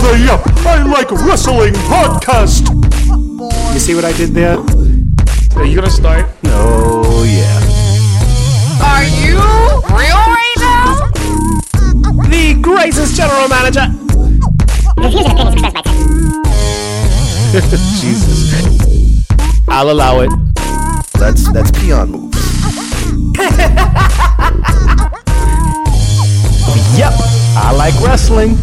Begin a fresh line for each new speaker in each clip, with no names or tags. Hurry up! I like wrestling podcast! You see what I did there?
Are you gonna start?
Oh, yeah.
Are you real right now?
The greatest general manager!
Refusing to pay me success by text.
Jesus. I'll allow it.
That's that's peon moves.
Yep, I like wrestling.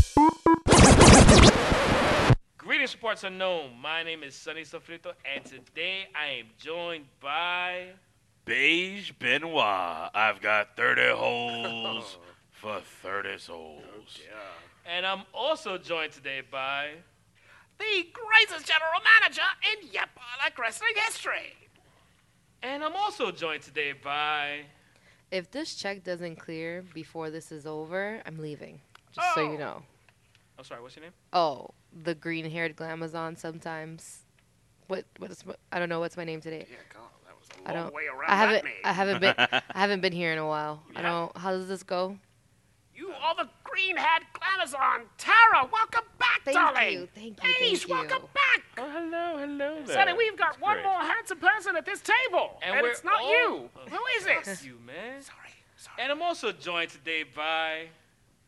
Greetings, sports unknown. My name is Sunny Sofrito, and today I am joined by.
Beige Benoit. I've got 30 holes for 30 souls.
uh, And I'm also joined today by.
the greatest general manager in Yapala wrestling history.
And I'm also joined today by.
If this check doesn't clear before this is over, I'm leaving. Just so
Oh.
you know.
I'm sorry, what's your name?
Oh, the green-haired glamazon sometimes. What? What is? my- I don't know what's my name today.
Yeah, God, that was
I
a long
don't.
way around
I haven't.
that name.
I haven't been. I haven't been here in a while. I don't. How does this go?
you are the green-haired glamazon. Tara, welcome back,
Thank
darling.
you. Thank you.
Ladies,
Thank
welcome
you.
back.
Oh, hello, hello there.
Sonny, we've got
That's
one
great.
more handsome person at this table, and,
we're
it's not
all-
you.
Oh,
Who is
fuck
this?
You, man.
Sorry, sorry.
And I'm also joined today by.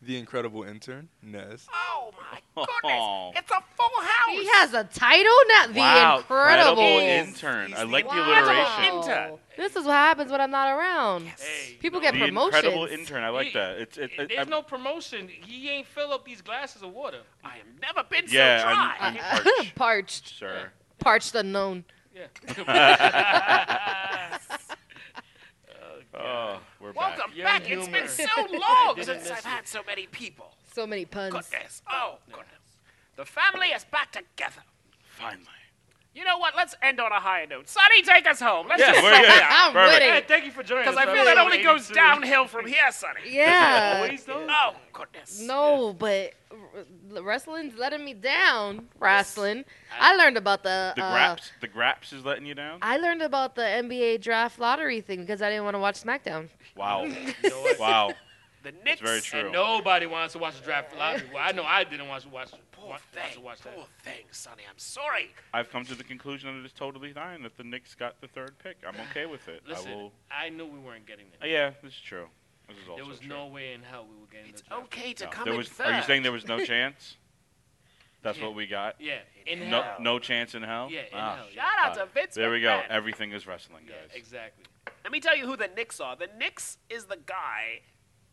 The incredible intern, Nez.
Oh my goodness!
Oh.
It's a full house.
He has a title now. The
wow,
incredible.
intern. I like the
incredible
alliteration.
intern.
This is what happens when I'm not around.
Hey,
People
no,
get
The
promotions.
incredible intern. I like
He-
that. It's it, it,
There's
I'm-
no promotion. He ain't fill up these glasses of water.
I have never been
Yeah,
so
I'm-
dry.
I'm-
parched. parched.
Sir.
unknown.
Yeah.
Oh, we're back.
welcome
Your
back. It's
humor.
been so long
didn't
since
miss
I've
it.
had so many people.
So many puns.
Goodness. Oh, goodness. The family is back together.
Finally.
You know what? Let's end on a higher note. Sonny, take us home. Let's
Yeah,
just
we're
go
good.
I'm
Perfect.
with
Hey,
it.
thank you for joining
Because
us.
I feel that only goes
82.
downhill from here, Sonny.
Uh, Yeah.
Always though.
Oh, goodness.
no, but r- wrestling's letting me down. Wrestling. I, learned about the.
The
uh,
graps. The graps is letting you down.
I learned about the NBA draft lottery thing because I didn't want to watch SmackDown.
Wow.
You know what?
wow.
The Knicks.
very true.
And nobody wants to watch the draft lottery. Well, I know I didn't want to watch,
Poor
watch,
thing.
watch, to watch that.
Poor thing, Sonny. I'm sorry.
I've come to the conclusion that it is totally fine that the Knicks got the third pick. I'm okay with it. I
Listen,
will.
I knew we weren't getting
Uh,
it.
yeah, this is true. This is also
There was
true.
no way in hell we were getting
It's
the draft.
okay to
No,
come
there
in
was-
third.
Are you saying there was no chance? That's
Yeah.
what we got.
Yeah, in
No,
hell.
no chance in hell.
Yeah, in
Ah,
hell. Yeah.
Shout out to Vince
There we go.
McMahon.
Everything is wrestling,
Yeah,
guys.
exactly.
Let me tell you who the Knicks are. The Knicks is the guy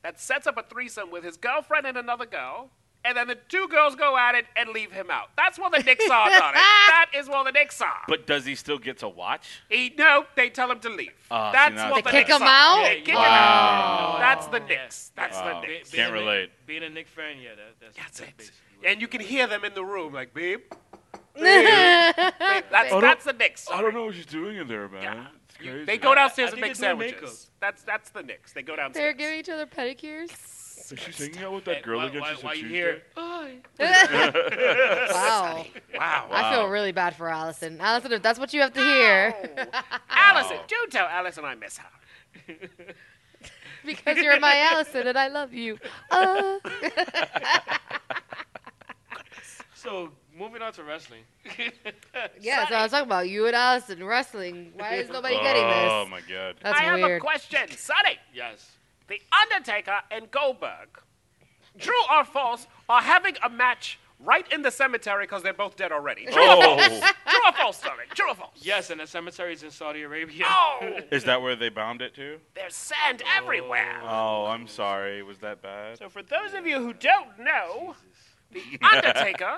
that sets up a threesome with his girlfriend and another girl, and then the two girls go at it and leave him out. That's what the Knicks are, Donnie. That is what the Knicks are.
But does he still get to watch?
he, no, they tell him to leave.
Ah, see,
That's
now
what
it's
the
bad.
Kick
Knicks
him
are.
out?
They kick him
Wow.
out. That's the Knicks. That's
Wow.
the
Be-
Knicks.
being a Knick-
Oh, relate.
Being a Nick fan, yeah, that, that's,
That's it.
basically what
And you can hear them in the room, like, babe, babe.
That's
Oh,
That's, that's the Knicks.
know what she's doing in there, man.
Yeah.
It's crazy.
They go downstairs
I
and
think
make
they're doing
sandwiches. That's that's the Knicks. They go downstairs.
They're giving each other pedicures.
Is she hanging out with
Hey, why- why- why you here?
Wow.
Wow.
I feel really bad for Allison. Allison, if that's what you have to hear,
Oh. Allison, do tell Allison I miss her.
because you're my Allison and I love you. Uh,
So, moving on to wrestling.
yeah, so I was talking about you and Allison wrestling. Why is nobody getting
Oh
this?
my god.
That's
I have a
weird.
question, Sonny.
yes.
The Undertaker and Goldberg, true or false, are having a match right in the cemetery because they're both dead already. True,
Oh,
true or false, Sonny? True or false?
Yes, and the cemetery is in Saudi Arabia.
Oh,
is that where they bombed it to?
there's sand everywhere.
Oh, I'm sorry. Was that bad?
So for those of you who don't know, The Undertaker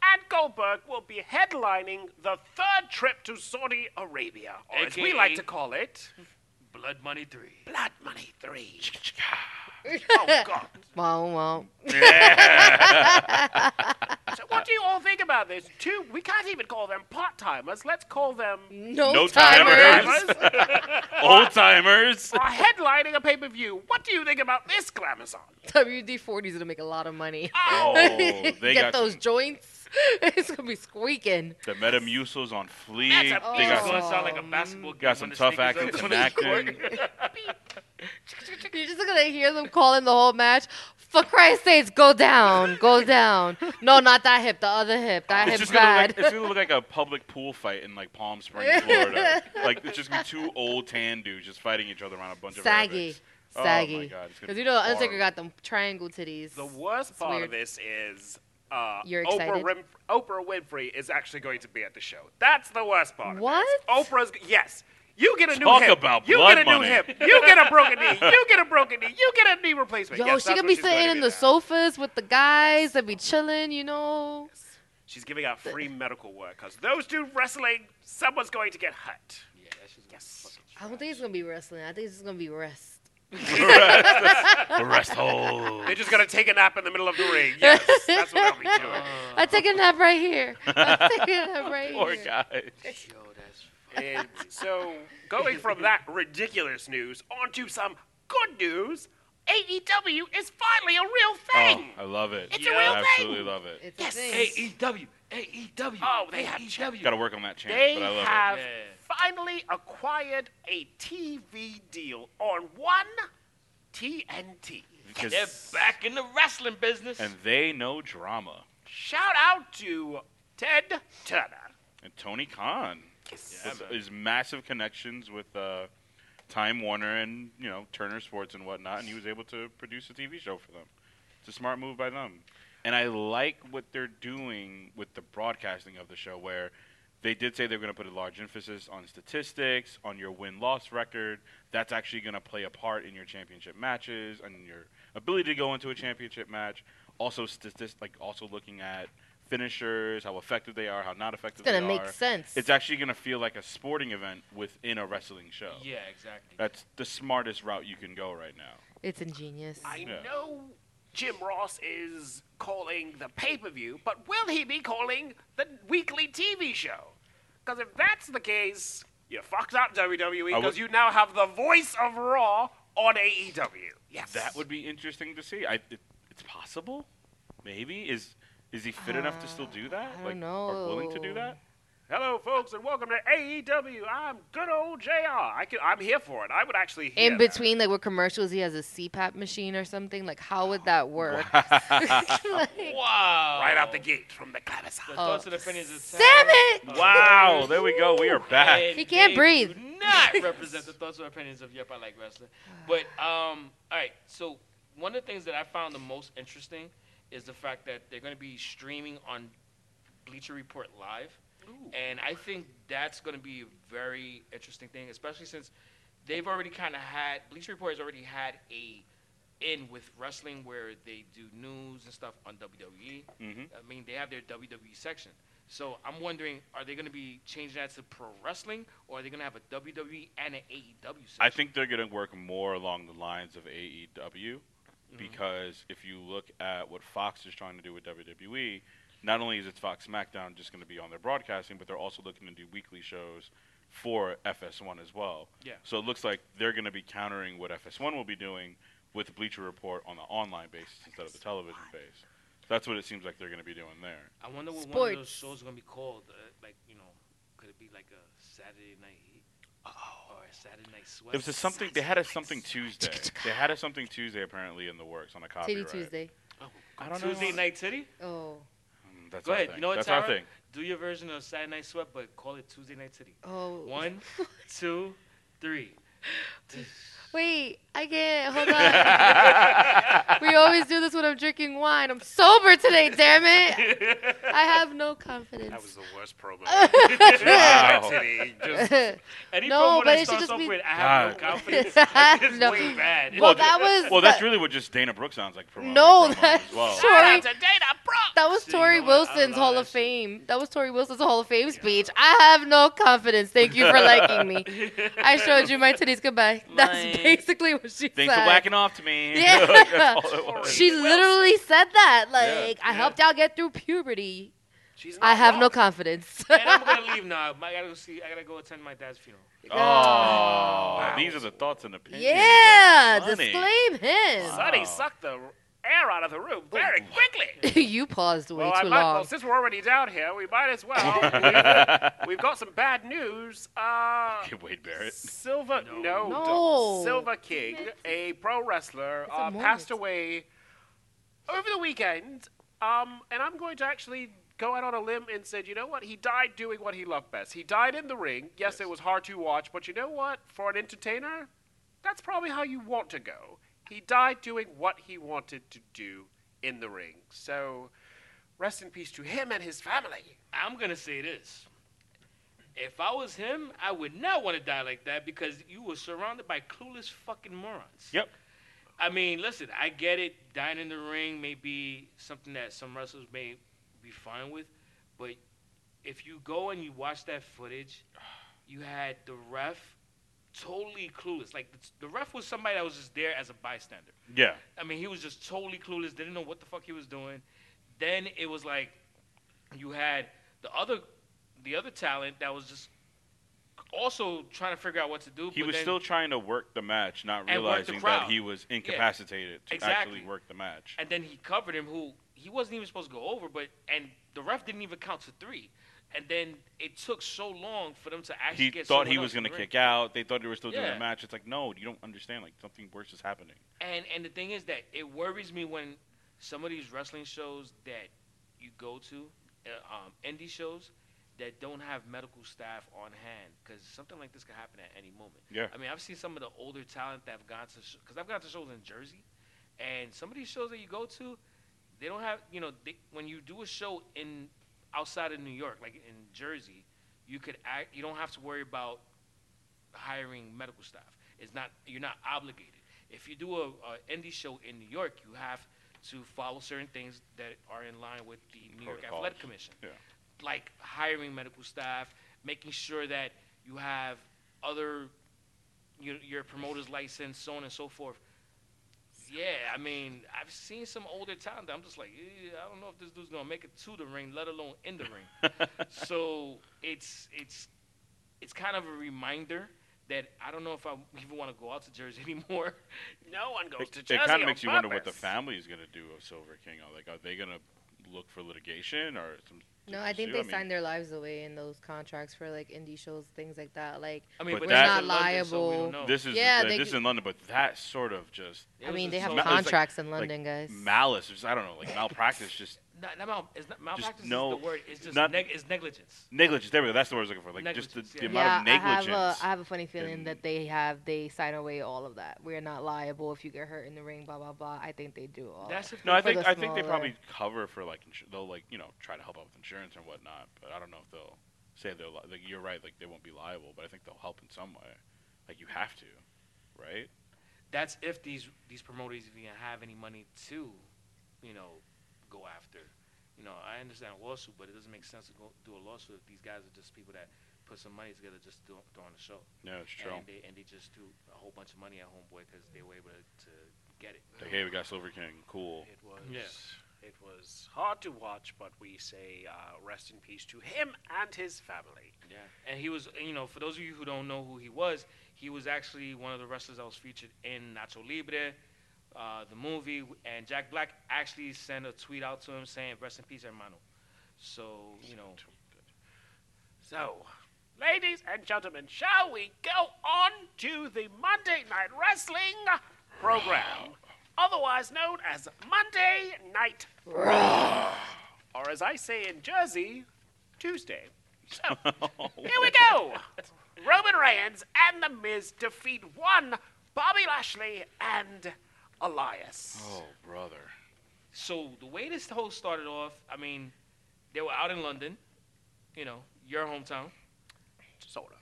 and Goldberg will be headlining the third trip to Saudi Arabia, or as we
AKA.
like to call it,
Blood Money 3.
Blood Money 3. oh, God.
Wow, wow.
So what do you all think about this? Two, we can't even call them part-timers. Let's call them
No,
No
timers.
timers.
timers.
Old timers.
are headlining a pay-per-view. What do you think about this, Glamazon?
WD 40's going to make a lot of money.
Oh, they
Get
got
those
some-
joints. It's going to be squeaking.
the Metamucil's on
That's
fleek. They
a
big
It's
Oh.
going to
got,
sound like a basketball game.
got
when
some
the
tough
Sneakers
acting,
are
some
on the court.
acting.
You're just going to hear them calling the whole match, For Christ's sakes, go down, go down. No, not that hip, the other hip. That
It's
hip's
just gonna
bad.
look, it's gonna look like a public pool fight in like Palm Springs, Florida. like it's just gonna be two old tan dudes just fighting each other around a bunch
saggy,
of rabbits. Oh my
saggy.
God, it's gonna
Because
be
you know Undertaker
horrible.
got them triangle titties.
The worst part
weird.
of this is uh,
You're
Oprah,
excited?
Winf- Oprah Winfrey is actually going to be at the show. That's the worst part. of this.
What?
Oprah's yes. You get a new
Talk
hip.
about
you
blood
get a new
money.
hip. You get a broken knee. You get a broken knee. You get a knee replacement.
Yo,
Yes,
she
that's
could
what
be
she's going
sitting
to
in
be
the
now.
sofas with the guys and be chilling, you know.
She's giving out free medical work because those two wrestling, someone's going to get hurt.
Yeah, that's just
Yes.
I don't think it's gonna be wrestling. I think it's just gonna be rest.
The rest oh, hole.
They're just going to take a nap in the middle of the ring. Yes, that's what I'll be doing.
I take a nap right here. I take a nap right
Poor
here.
guy.
yo, that's
And so, going from that ridiculous news onto some good news, AEW is finally a real
Oh,
thing.
I love it.
It's a real
I absolutely love it.
It's a thing.
AEW, AEW.
Oh, they have ch-
AEW.
Got to work on that chant,
they
but I love
have
Yeah.
finally acquired a TV deal on one TNT.
it because
They're back in the wrestling business.
and they know drama.
Shout out to Ted Turner.
And Tony Khan
Yeah,
with
man.
his massive connections with uh, Time Warner and you know Turner Sports and whatnot, and he was able to produce a TV show for them. It's a smart move by them, and I like what they're doing with the broadcasting of the show, where they did say they're going to put a large emphasis on statistics, on your win-loss record. That's actually going to play a part in your championship matches and your ability to go into a championship match. Also, statistic, like also looking at finishers, how effective they are, how not effective
It's gonna
they
make
are.
sense.
It's actually going to feel like a sporting event within a wrestling show.
yeah, exactly.
That's the smartest route you can go right now.
It's ingenious.
I
Yeah.
know Jim Ross is calling the pay per view, but will he be calling the weekly TV show? Because if that's the case, you fucked up WWE
I
because
would-
you now have the voice of Raw on AEW. Yes.
That would be interesting to see. I, it, it's possible, maybe. Is is he fit enough to still do that?
don't
like, or willing to do
know.
that?
Hello, folks, and welcome to AEW. I'm good old JR. I can, I'm here for it. I would actually hear
in
that.
between, like with commercials, he has a CPAP machine or something. Like, how would that work? Like,
wow.
Right out the gate from the
The
clavicine.
thoughts
Oh,
and opinions of
Sam it!
Wow! There we go. We are back.
And
He can't
they
breathe.
Do not represent the thoughts or opinions of Yep, I Like Wrestling. But um, all right. So one of the things that I found the most interesting is the fact that they're going to be streaming on Bleacher Report live, and I think that's going to be a very interesting thing, especially since they've already kind of had Bleacher Report has already had a in with wrestling where they do news and stuff on WWE.
Mhm.
I mean, they have their WWE section. So I'm wondering, are they going to be changing that to pro wrestling, or are they going to have a WWE and an AEW section?
I think they're going to work more along the lines of AEW
Mm-hmm.
because if you look at what Fox is trying to do with WWE, not only is it Fox SmackDown just going to be on their broadcasting, but they're also looking to do weekly shows for FS1 as well.
Yeah.
So it looks like they're going to be countering what FS1 will be doing with Bleacher Report on the online basis instead of the television base. That's what it seems like they're going to be doing there.
I wonder what one of those
Sports.
shows going to be called. Uh, like, you know, could it be like a Saturday Night Heat or a Saturday Night Sweat?
It was a Oh. something they had a something Tuesday. They had a something Tuesday apparently in the works on a
Titty
copyright.
Tuesday.
I don't
Tuesday
know.
Night Titty.
Oh,
Mm, That's
Go
our
ahead.
thing.
You know what,
That's
Tara?
our thing.
Do your version of Saturday Night Sweat, but call it Tuesday Night Titty.
oh.
One, two, three.
Wait, I can't. Hold on. we always do this when I'm drinking wine. I'm sober today, damn it. I have no confidence.
That was the worst promo. Just-
Any
No,
promo
but
that
it should
starts
just
off
be-
with I have no
God.
confidence. It's
No.
way bad.
Well,
th-
that was.
Well, that's
that-
really what just Dana Brooks sounds like. Promo
No,
promo
that's
as well.
Sure.
Shout out to Dana Brooks.
That was
See,
Tori
you know what? I
Wilson's
love
Hall
that
of
shit.
Fame. That was Tori Wilson's Hall of Fame speech. I have no confidence. Thank you for liking me. I showed you my titties. Goodbye. That's
Mine.
basically what she
Things
said.
are whacking off to me.
Yeah.
Like, that's all it was.
she literally said that. Like, I
yeah.
helped y'all get through puberty.
She's
Oh,
not
I have
wrong.
no confidence.
and I'm gonna leave now. I gotta go see. I gotta go attend my dad's funeral.
Oh, these are the thoughts and opinions. of
yeah,
Sonny.
disclaim him.
Sonny
Wow.
sucked the air out of the room very quickly.
you paused way
Well, I
too
might, well,
long.
since we're already down here, we might as well. uh, we've, we've got some bad news. Uh,
Okay, Wade Barrett.
Silver, no,
No.
Silver King, a pro wrestler,
It's a
uh,
moment.
passed away over the weekend, um, and I'm going to actually go out on a limb and said, you know what? He died doing what he loved best. He died in the ring. Yes, it was hard to watch, but you know what? For an entertainer, that's probably how you want to go. He died doing what he wanted to do in the ring. So, rest in peace to him and his family.
I'm gonna say this. If I was him, I would not want to die like that because you were surrounded by clueless fucking morons.
Yep.
I mean, listen, I get it. Dying in the ring may be something that some wrestlers may be fine with, but if you go and you watch that footage, you had the ref totally clueless. Like the, the ref was somebody that was just there as a bystander.
Yeah.
I mean, he was just totally clueless. Didn't know what the fuck he was doing. Then it was like you had the other the other talent that was just also trying to figure out what to do.
He
but
was
then-
still trying to work the match, not
And work the
realizing
crowd.
that he was incapacitated to
Exactly.
actually work the match.
and then he covered him who he wasn't even supposed to go over but and the ref didn't even count to three and then it took so long for them to actually
He
get
thought
someone
he was
else in
going
the
to
ring.
kick out. They thought they were still doing
Yeah.
a match. It's like, no, you don't understand. Like something worse is happening.
and and the thing is that it worries me when some of these wrestling shows that you go to uh, um, indie shows that don't have medical staff on hand because something like this could happen at any moment
Yeah.
i mean i've seen some of the older talent that have gone to because i've gone to shows in jersey and some of these shows that you go to they don't have you know they, when you do a show in outside of new york like in jersey you could act, you don't have to worry about hiring medical staff. It's not you're not obligated. If you do a, a indie show in New York, you have to follow certain things that are in line with the New York
Protocols.
Athletic Commission,
Yeah.
like hiring medical staff, making sure that you have other your, your promoter's license, so on and so forth. Yeah, I mean, I've seen some older talent. That I'm just like, eh, I don't know if this dude's gonna make it to the ring, let alone in the ring. so it's it's it's kind of a reminder that I don't know if I even want to go out to Jersey anymore.
No one goes to
It,
Jersey.
kind
on
of makes you wonder what the
purpose.
family is going to do of Silver King. Like, are they going to look for litigation or some?
No, I think
sue?
they
mean,
signed their lives away in those contracts for like indie shows, things like that. Like,
I mean,
But
but,
that-
that's
Not
in London, so we
liable.
don't know.
This is
Yeah,
uh,
they
this
g-
in London, but that sort of just
It
I
was
mean,
just
they have
so-
ma- it's like-
contracts in London, guys.
malice. It's, I don't know, like malpractice, just
not, not mal- it's not, malpractice
no-
is the word. It's just
not-
neg- it's negligence.
negligence. There we go. That's the word I was looking for. Like just
Negligence,
the,
yeah.
the
yeah,
amount
I
of
have a
negligence.
I have a funny feeling
and-
that they have they sign away all of that. We're not liable if you get hurt in the ring, blah blah blah. I think they do all.
That's if
no, I
for
think
the
I think they
smaller-
probably cover for like insu- they'll like you know try to help out with insurance and whatnot. But I don't know if they'll say they're li- like you're right. Like they won't be liable, but I think they'll help in some way. Like you have to, right?
that's if these these promoters even have any money to, you know, go after. You know, I understand a lawsuit, but it doesn't make sense to go do a lawsuit if these guys are just people that put some money together just to throw on a show.
No, it's true.
And they and they just threw a whole bunch of money at Homeboy because they were able to, to get it.
Like hey, we got Silver King. Cool.
It was.
Yeah.
It was hard to watch, but we say uh, rest in peace to him and his family.
Yeah, and he was, you know, for those of you who don't know who he was, he was actually one of the wrestlers that was featured in Nacho Libre, uh, the movie, and Jack Black actually sent a tweet out to him saying, "Rest in peace, hermano." So you know,
So, ladies and gentlemen, shall we go on to the Monday Night Wrestling program, otherwise known as Monday Night Raw, or as I say in Jersey, Tuesday. So, here we go. Roman Reigns and The Miz defeat one Bobby Lashley and Elias.
Oh brother.
so the way this whole started off, I mean, they were out in London, you know, your hometown.
Sort of.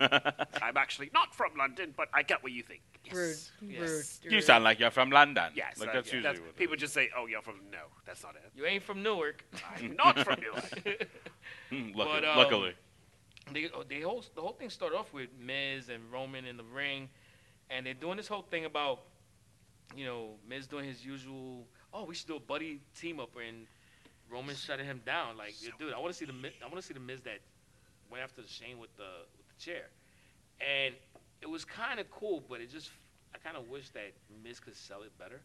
Yeah. I'm actually not from London, but I get what you think. Yes.
rude,
Yes.
rude,
You
rude.
sound like you're from London.
Yes,
like
uh,
that's
yeah,
usually
that's-
what it
people
is.
just say, "Oh, you're from." No, that's not it.
You ain't from Newark.
I'm not from Newark.
Mm, luckily,
but, um,
luckily.
they, oh, they whole, the whole thing started off with Miz and Roman in the ring, and they're doing this whole thing about, you know, Miz doing his usual, oh, we should do a buddy team up, and Roman shutting him down. Like, dude, I want to see the Mi- I want to see the Miz that went after Shane with the with the chair, and it was kind of cool, but it just I kind of wish that Miz could sell it better.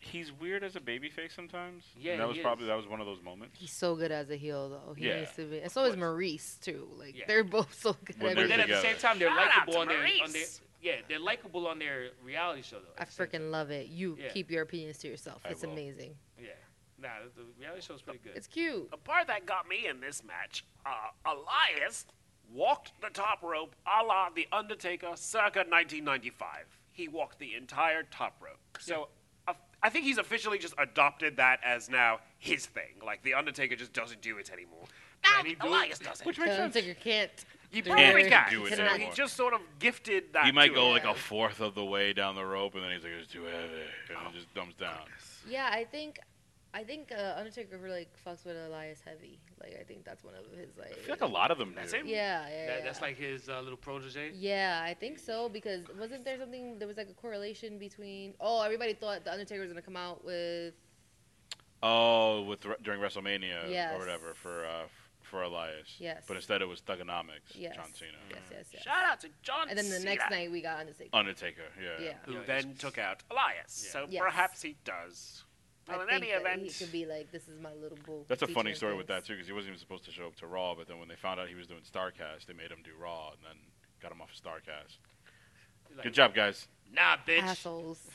He's weird as a babyface sometimes.
Yeah,
and that was
he
probably
is.
that was one of those moments.
He's so good as a heel though. He
Yeah,
needs to be. And so is Maurice too. Like
Yeah.
they're both so good.
When
at
they're
being-
But then at the
together.
same time, they're
Shout out
likable
to
on their, on their
Maurice.
yeah, they're likable on their reality show though.
I
at the same time.
freaking love it. You
Yeah.
keep your opinions to yourself.
I
It's
will.
amazing.
Yeah, nah, the the reality show's pretty good.
It's cute.
The part that got me in this match, uh, Elias walked the top rope a la The Undertaker circa 1995. He walked the entire top rope. So uh, I think he's officially just adopted that as now his thing. Like, The Undertaker just doesn't do it anymore. Now
he do it?
Elias does it.
Which makes
Don't
sense.
think you can't.
He
do
probably
it.
got
do it
so He
anymore.
just sort of gifted that.
He might
to
go
him.
like a fourth of the way down the rope, and then he's like, "It's too heavy," and it just dumps down.
Yeah, I think, I think uh, Undertaker really like, fucks with Elias heavy. Like I think that's one of his like.
I feel like a lot of them
That's
do.
him?
yeah, yeah,
That-
yeah.
That's like his uh, little protege.
Yeah, I think so because wasn't there something there was like a correlation between oh everybody thought the Undertaker was gonna come out with
Oh, with during WrestleMania
Yes.
or whatever for uh, f- for Elias.
Yes.
But instead, it was Thugonomics.
yes
John Cena.
yes yes yes
Shout out to John
and then the
Cena,
next night we got Undertaker
Undertaker. Yeah.
yeah
Who
Yeah,
then took out Elias.
Yeah.
So
Yes.
perhaps he does. Well,
I
in
think
any
that
event.
he could be like this is my little boo
That's a
Teach
funny
him
story with that
things.
too, because he wasn't even supposed to show up to Raw, but then when they found out he was doing Starcast, they made him do Raw, and then got him off of Starcast.
Like,
Good job, guys.
Nah, bitch.
assholes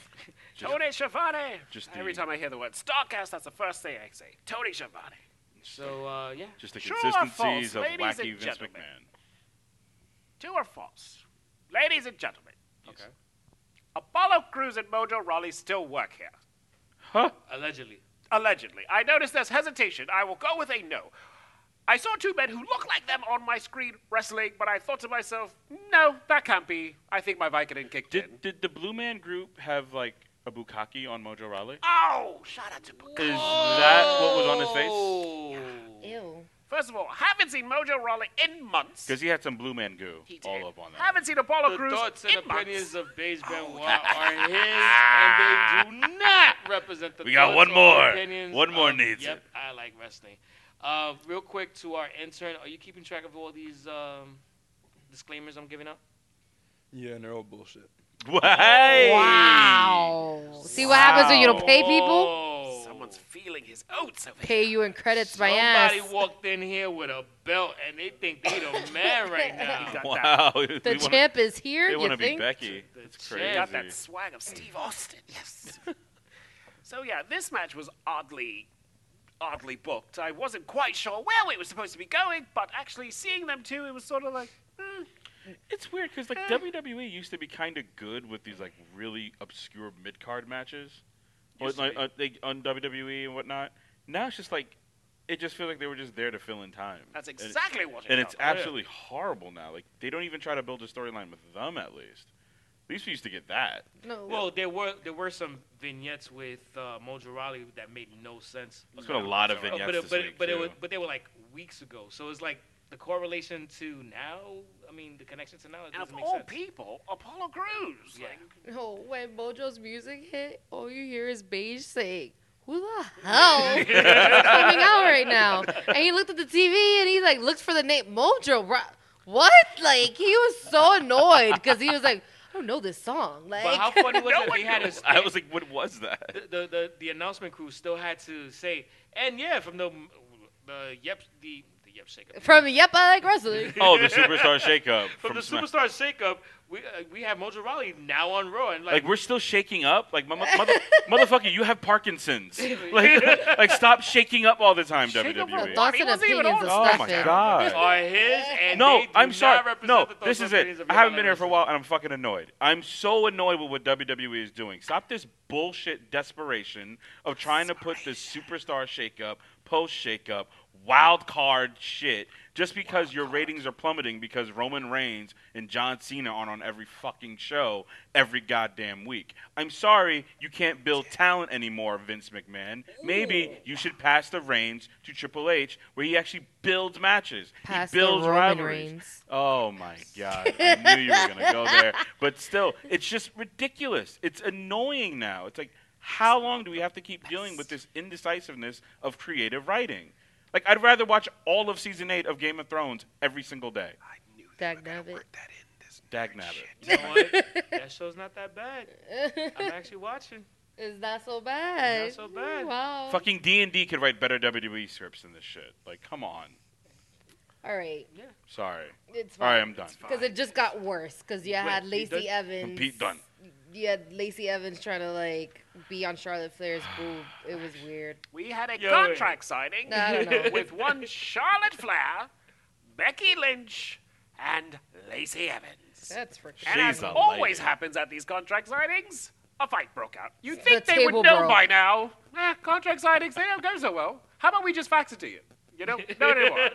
Just,
Tony Schiavone.
just
Every
the-
time I hear the word Starcast, that's the first thing I say. Tony Schiavone.
So uh, yeah,
just the
True or
consistencies
false,
of
ladies and
wacky Vince
gentlemen?
McMahon.
True or false? Ladies and gentlemen,
okay.
Apollo Crews and Mojo Raleigh still work here.
Allegedly,
Allegedly. I noticed there's hesitation. I will go with a no. I saw two men who looked like them on my screen wrestling, but I thought to myself, no, that can't be. I think my Vicodin kicked in.
Did did the Blue Man Group have like a bukkake on Mojo Raleigh?
Oh, shout out to Bukaki.
Is that what was on his face?
Oh,
ew
First of all, haven't seen Mojo Raleigh in months.
Because he had some Blue Man goo
He did.
all up on that.
Haven't seen Apollo
the
Crews
thoughts and
in
opinions
months.
of Beige Benoit are his, and they do not represent the.
We got
thoughts
one
or
more.
opinions
One more
of,
needs
Yep,
it.
I like wrestling. Uh, real quick to our intern, are you keeping track of all these um, disclaimers I'm giving out?
Yeah, and they're all bullshit.
Why?
wow Oh. see what happens when you don't pay people
Oh.
Someone's feeling his oats over
pay you in credits by
Somebody
ass
walked in here with a belt, and they think they the man right now.
Wow.
the champ is here
They
you
want to
think
be Becky.
That's
He
crazy.
got that swag of Steve Austin. Yes. so yeah, this match was oddly, oddly booked. I wasn't quite sure where we were supposed to be going, but actually seeing them two, it was sort of like, mm,
It's weird because like WWE used to be kind of good with these like really obscure mid card matches, Or,
Used to
like
be.
uh, they, on WWE and whatnot. Now it's just like it just feels like they were just there to fill in time.
that's
And-
exactly what. it
And it's
felt Oh, like.
absolutely horrible now. Like they don't even try to build a storyline with them at least. At least we used to get that.
no
Well, there were there were some vignettes with uh, Mojo Raleigh that made no sense.
There's been a lot of
Oh,
vignettes
but it-
this
but,
week
but it
too.
was but they were like weeks ago. So it's like the correlation to now. I mean, the connection to now it
And of
doesn't make
all
sense.
people, Apollo Crews.
Yeah.
Like,
no when Mojo's music hit all you hear is Beige saying who the hell is coming out right now and he looked at the TV and he like looked for the name Mojo Ro- what like he was so annoyed because he was like I don't know this song like
But how funny was it?
one
They had a,
I was like, what was that?
the, the the the announcement crew still had to say, and yeah, from the the yep the the yep shakeup
from Yep I Like Wrestling
Oh, the superstar shakeup
from, the
Smack-
superstar shakeup. We uh, we have Mojo Raleigh now on Raw and
Like we're still shaking up. Like mother, mother, motherfucker, you have Parkinson's. Like, like stop shaking up all the time, E.
Shake up
the
He
WWE.
thoughts and
wasn't even
opinions of
Oh my
Stefan.
god.
are his and
No,
they do
I'm
not
sorry.
represent
No,
the thoughts
this
and
is it.
opinions of
I
Yep,
haven't
Like
been here for a
Wrestling.
while, and I'm fucking annoyed. I'm so annoyed with what WWE is doing. Stop this bullshit desperation of trying to put this superstar shakeup, post shakeup, wild card shit just because your ratings are plummeting because Roman Reigns and John Cena aren't on every fucking show every goddamn week. I'm sorry, you can't build talent anymore, Vince McMahon. Maybe you should pass the reins to Triple H, where he actually builds matches.
Pass the
he builds
Roman
rivalries.
reins.
Oh my God! I knew you were gonna go there, but still, it's just ridiculous. It's annoying now. It's like, how long do we have to keep dealing with this indecisiveness of creative writing? Like, I'd rather watch all of season eight of Game of Thrones every single day.
Dag nabbit.
Dag nabbit.
You know what? that show's not that bad. I'm actually watching.
It's not so bad.
It's not so bad.
Wow.
E Fucking D and D could write better WWE scripts than this shit. Like, come on.
All right.
Sorry.
It's
All
fine.
right, I'm done.
Because it just got worse. Because you had
Pete
Lacey
Dunn?
Evans.
From Pete Dunn.
You had Lacey Evans trying to like be on Charlotte Flair's boob. It was weird.
We had a
Yo, wait.
contract signing
No, I don't know.
with one Charlotte Flair, Becky Lynch, and Lacey Evans.
That's for
and as
She's a
always
lady.
happens at these contract signings, a fight broke out. You think they
table
would know
broke.
by now? Eh, contract signings, they don't go so well. How about we just fax it to you? You know, no anymore.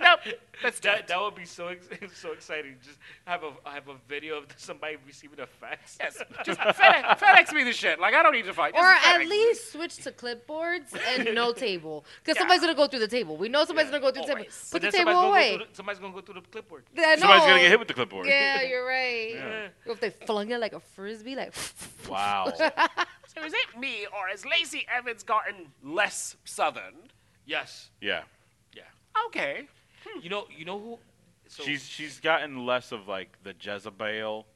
nope. Let's do
That,
it.
that would be so ex- so exciting. Just have a have a video of somebody receiving a fax.
Yes, just FedEx, FedEx me the shit. Like I don't need to fight. Just
Or
FedEx
at
me.
least switch to clipboards and no table. Because
Yeah.
somebody's going to go through the table. We know somebody's going to go through the table.
always.
Put
But
the
then
table
somebody's gonna go
away.
through the- somebody's gonna go through the clipboard.
Yeah,
Somebody's gonna
no.
get hit with the clipboard.
Yeah, you're right.
Yeah.
Or if they flung it like a frisbee, like
Wow.
So is it me or has Lacey Evans gotten less southern?
Yes.
yeah.
Okay.
You know. You know who. So
she's she's gotten less of like the Jezebel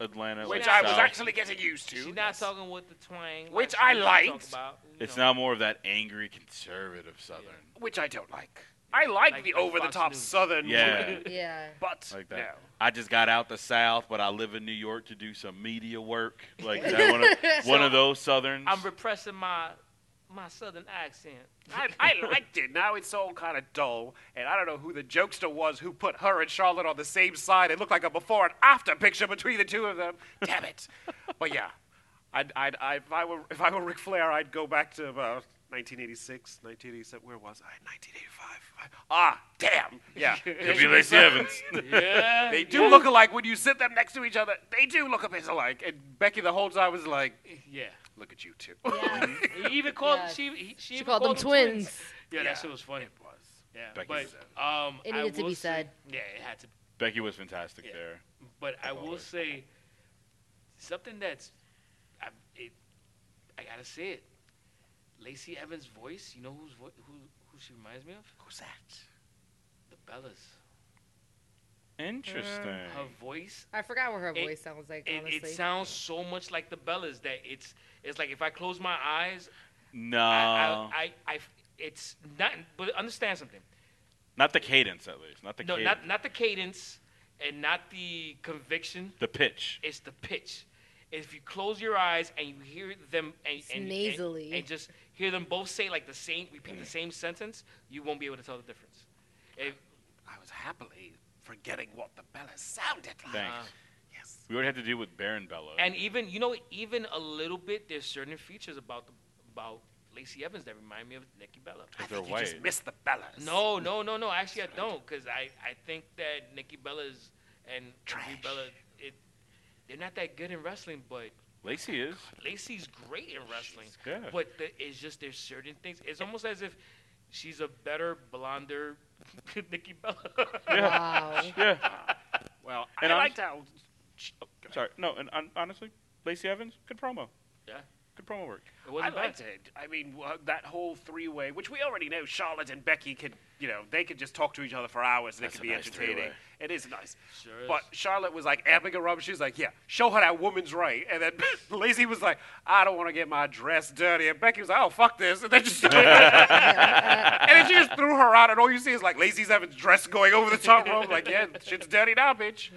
Atlanta.
Which
like,
I was
South.
actually getting used to.
she's not talking with the twang, like
Which
she
I
used to
liked.
talk about, you
It's
know.
now more of that angry conservative Southern.
Which I don't like. I like,
Like
the
on
over the
Fox
top
News.
southern
Yeah.
woman,
yeah.
but
Like that.
no.
I just got out the South, but I live in New York to do some media work. Like is that one of one of those Southerns.
I'm repressing my my southern accent.
I, I liked it. Now it's all kind of dull, and I don't know who the jokester was who put her and Charlotte on the same side. It looked like a before and after picture between the two of them. Damn it! but yeah, I'd, I'd, I, if I were if I were Ric Flair, I'd go back to about 1986, 1987. Where was I? 1985. Ah, damn. Yeah.
Could be Lacey Evans.
Yeah.
They do look alike when you sit them next to each other. They do look a bit alike. And Becky the whole time was like, "Eh,
yeah.
"Look at you two.
Yeah.
He even called
Yeah.
she he, she,
She
even
called them twins.
Yeah,
Yeah.
that shit was funny.
It was.
Yeah,
Becky
but
was
um,
It
I
needed to
will
be
say-
said.
Yeah, it had to.
Becky was fantastic
Yeah.
there.
But I
Like
will
always.
say something that's I it, I gotta say it. Lacey Evans' voice. You know whose vo- who who she reminds me of?
Who's that?
The Bellas.
Interesting.
Her voice.
I forgot what her
It-
voice sounds like,
It,
honestly.
it sounds so much like the Bellas that it's it's like if I close my eyes,
no,
I, I, I, I it's not. But understand something.
not the cadence at least. Not the
No,
cadence.
not not the cadence and not the conviction.
the pitch.
It's the pitch. If you close your eyes and you hear them and, and, and-
nasally.
and, just hear them both say like the same, repeat the same sentence, you won't be able to tell the difference. If,
I was happily forgetting what the Bellas sounded like.
Thanks.
Uh-huh.
Yes.
we already had to deal with Baron Bella.
Uh, and even you know, even a little bit, there's certain features about the, about Lacey Evans that remind me of Nikki Bella.
I
If they're
think you just
white.
missed the Bellas.
No, no, no, no. Actually, I don't, because I, I think that Nikki Bella's and Brie
Trash.
Bella, it, they're not that good in wrestling, but
Lacey is.
Oh, Lacey's great in wrestling.
She's good.
But the, it's just there's certain things. It's almost as if she's a better blonder Nikki Bella.
wow.
Yeah.
Well,
And
I
I'm-
liked how.
Sorry. No, and hon- honestly, Lacey Evans, good promo.
Yeah.
Good promo work.
It
I
wasn't bad.
liked it. I mean, wha- that whole three-way, which we already know, Charlotte and Becky could, you know, they could just talk to each other for hours. and It
That's
could
a
be
nice
entertaining.
three-way.
It is nice.
Sure is.
But Charlotte was like amping her up. She was like, "Yeah, show her that woman's right." And then Lacey was like, "I don't want to get my dress dirty." And Becky was like, "Oh fuck this!" And then just and then she just threw her out. And all you see is like Lacey's having dress going over the top rope. Like, yeah, shit's dirty now, bitch.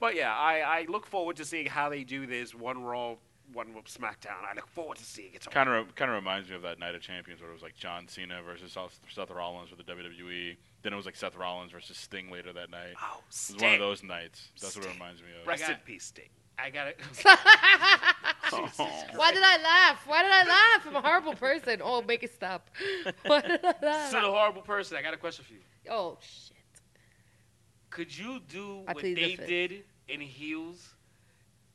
But yeah, I, I look forward to seeing how they do this one Raw, one SmackDown. I look forward to seeing it. all.
Kind of kind of reminds me of that Night of Champions where it was like John Cena versus Seth, Seth Rollins for the WWE. Then it was like Seth Rollins versus Sting later that night.
Oh,
It
Sting.
was one of those nights. That's what it
Sting.
reminds me of.
Rest in
got-
peace, Sting.
I got it.
Why did I laugh? Why did I laugh? I'm a horrible person. Oh, make it stop. Why did I laugh?
This is a horrible person. I got a question for you.
oh, shit.
Could you do
I
what
plead the
they
fifth.
did in heels?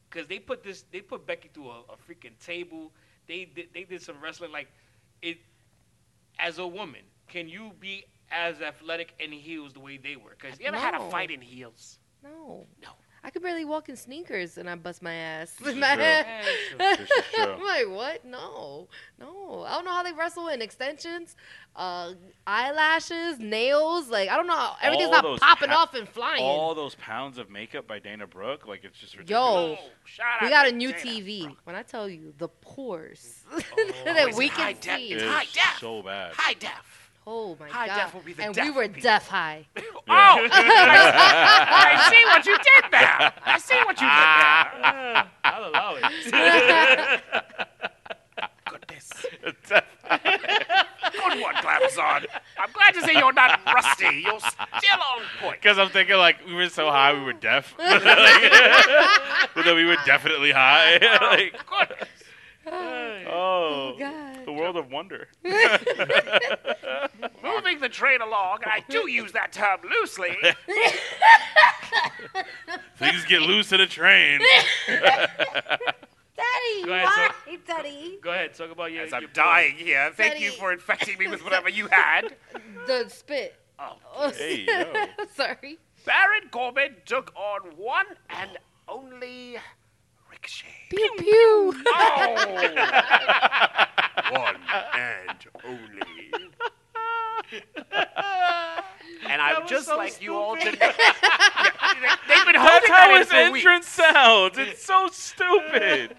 Because they put this, they put Becky through a, a freaking table. They did, they did some wrestling like it. As a woman, can you be as athletic in heels the way they were? Because
Have you ever had
No.
a fight in heels?
No.
No.
I could barely walk in sneakers and I bust my ass.
This is
I'm
This is true.
like, what? No. No. I don't know how they wrestle in extensions, uh, eyelashes, nails. Like, I don't know. How, everything's
All
not
those
popping
pa-
off and flying.
All those pounds of makeup by Dana Brooke, like it's just ridiculous.
Yo,
shout
we
out
got
to
a new
Dana.
TV. When I tell you the pores that we
Oh, high
can
def?
see.
It
Hi,
is
Dad.
so bad.
High def.
Oh my
High
god!
deaf will be the
and
death
we
of
were
people.
deaf high.
Oh, I, I see what you did there. I see what you did there.
I'll allow it.
Goodness. Good one, Glamazon. I'm glad to see you're not rusty. You're still on point.
Because I'm thinking like we were so high we were deaf, but then we were definitely high. like,
Goodness.
oh,
God.
the world of wonder.
Moving the train along, and I do use that term loosely.
Things get loose in a train.
Go ahead, so, Go ahead, talk about your.
As I'm
your boy.
dying here, thank you
Daddy.
for infecting me with whatever you had.
The spit.
Oh.
Hey, yo.
Sorry.
Baron Corbin took on one and only Ricochet.
Pew pew.
Oh! one and only. And
That
I'm
was
just
so
like you all did.
stupid.
They've been
That's
holding
how
that in
his
for weeks.
entrance sounds. It's so stupid.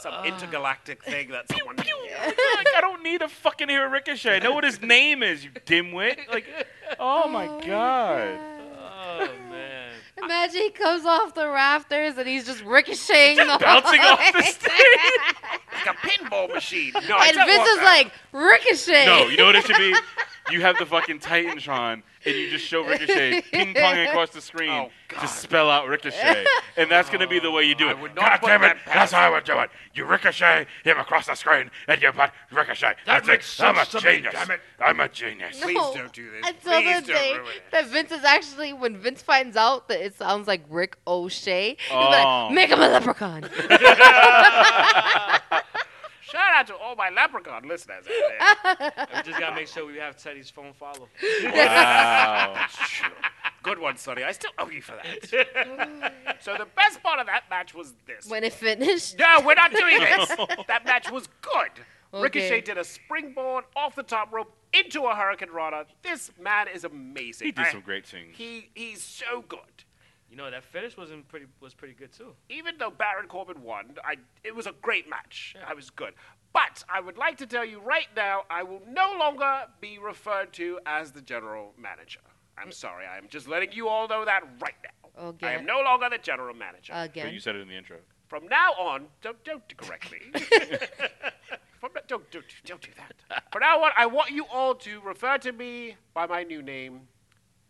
Some intergalactic thing that someone.
like I don't need to fucking hear Ricochet. I know what his name is, you dimwit. Like, oh my god.
Oh man.
Imagine he comes off the rafters and he's just ricocheting the
Bouncing
whole
off the
way.
stage.
like a pinball machine. No, I
And
don't
Vince
want
is
that.
like ricochet.
No, you know what it should be? You have the fucking Titantron, and you just show Ricochet ping ponging across the screen
Oh, God.
to spell out Ricochet, and that's gonna be the way you do
I
it.
would
God
not
damn
put
it!
that
That's
past
how I would do it. You Ricochet him across the screen, and you put Ricochet.
That
That's
makes
it. I'm a
sense to me,
genius.
damn it.
I'm a genius.
Please
No,
don't do this.
Until
Please
the
don't
day
ruin it.
that Vince is actually, when Vince finds out that it sounds like Rick O'Shea, he's
Oh.
like, make him a leprechaun.
Shout out to all my leprechaun listeners out
We just gotta make sure we have Teddy's phone follow.
Wow.
there. Good one, Sonny. I still owe you for that. so the best part of that match was this.
when it finished,
no, we're not doing this. that match was good. Ricochet
Okay.
did a springboard off the top rope into a Hurricane Rana. This man is amazing.
He did
I-
some great things.
He he's so good.
You know that finish wasn't pretty was pretty good too.
even though Baron Corbin won, I, it was a great match. I was good. But I would like to tell you right now, I will no longer be referred to as the general manager. I'm sorry. I am just letting you all know that right now. I
Okay.
am no longer the general manager.
But you
again.
said it in the intro.
From now on, don't don't correct me. From, now- don't, don't don't do that. From now on, I want you all to refer to me by my new name.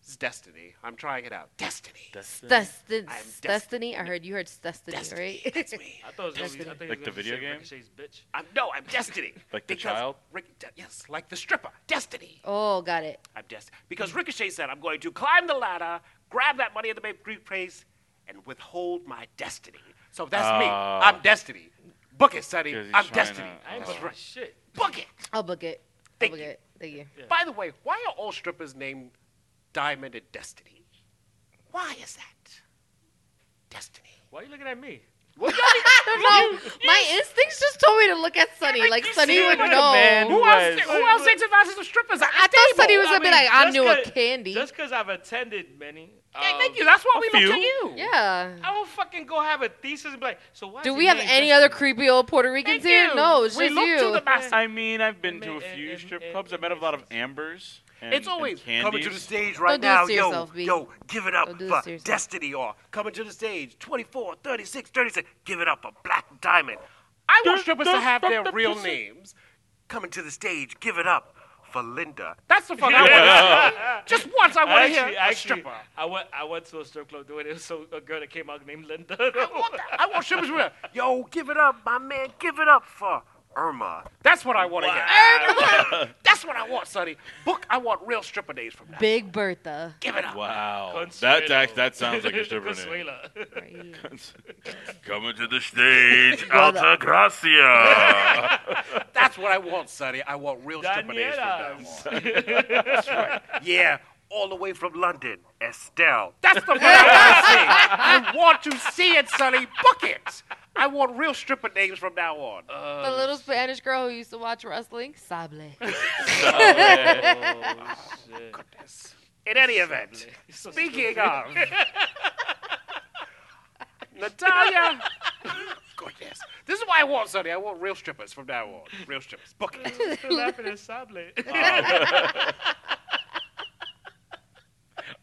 It's Destiny. I'm trying it out. Destiny.
Dustin,
I am des-
Destiny. I heard you heard Destiny,
Destiny.
right?
That's me.
I thought it was gonna be, I thought he
Like
was
the
gonna
video
say
game?
Ricochet's bitch.
I'm, no, I'm Destiny.
Like the
Because
child?
Ric- de- yes, like the stripper. Destiny.
oh, got it.
I'm Destiny. Because Ricochet said, I'm going to climb the ladder, grab that money at the big briefcase, and withhold my destiny. So that's me.
Ah.
I'm Destiny. Book it, Sonny.
'Cause he's
I'm
trying
Destiny.
to-
I ain't
Oh.
gonna shit.
Book it.
I'll book it. I'll
Thank
book
you.
it. Thank you.
By the way, why are all strippers named Diamond and Destiny? Why is that? Destiny.
Why are you looking at me?
Well, you're the-
No, my instincts just told me to look at Sunny. like
you
Sunny
seem
would
like a
know.
man
who, else,
was-
who else incentivizes the strippers? at
I
the
thought Sunny
table?
was
I
gonna be
mean,
like, I
just
knew a
'cause-
candy.
Just because I've attended many.
Yeah,
um,
thank you. That's why we look to
few.
you.
Yeah.
I don't fucking go have a thesis and be like, so why?
Do
is
we
your
have
name
any
Destiny?
other creepy old Puerto
Thank
Ricans
you.
here? No, it's
we
just
look
you.
to the masses.
I mean, I've been to a
Admit-
few
admit-
strip
admit-
clubs. I met a lot of ambers. And,
It's always
and
coming to the
candies.
stage right
Don't do
now,
this to
yo,
yourself, B.
yo, give it up
Don't do
for
this to yourself.
Destiny or coming to the stage 24, 36, 36, give it up for Black Diamond. I want strippers to have their real names. Coming to the stage, give it up for Linda. That's the fuck I want. to hear. Just once I
I
want to
actually,
hear
I
a
actually,
stripper.
I went, I went to a strip club doing it. So a girl that came out named Linda.
I want that. I want strippers with yo, give it up, my man, give it up for Irma. That's what I want to hear. That's what I want, Sonny. Book, I want real stripper days from now.
Big Bertha.
Give it up.
Wow.
Consuelo.
That, that that sounds like a stripper name.
Consuela.
Right.
Coming to the stage,
Brother.
Alta Gracia.
That's what I want, Sonny. I want real stripper days from now on.
Danielas.
Yeah, all the way from London, Estelle. That's the word I want to see. I want to see it, Sonny. Book it. I want real stripper names from now on.
Oh,
The little Spanish girl who used to watch wrestling, Sable.
In any event, speaking of, Natalia God, yes. This is why I want Sony. I want real strippers from now on. Real strippers. Book it.
laughing at Sable.
I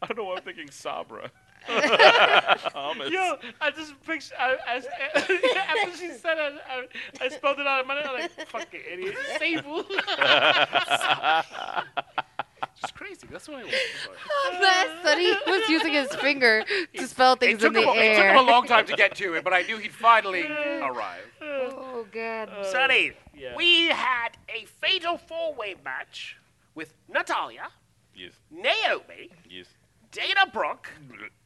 don't know why I'm thinking Sabra. Hummus.
Yo, I just picture. I, I, after she said it, I, I spelled it out in my head. I'm like, fucking idiot. Sable.
It's crazy. That's what I want.
Bless Sonny was using his finger to spell
It
things
took,
in the
him, a- it took
air.
him a long time to get to it, but I knew he'd finally arrive.
oh god.
Uh, Sonny,
yeah.
we had a fatal four-way match with Natalia,
Yes,
Naomi,
yes.
Dana Brooke,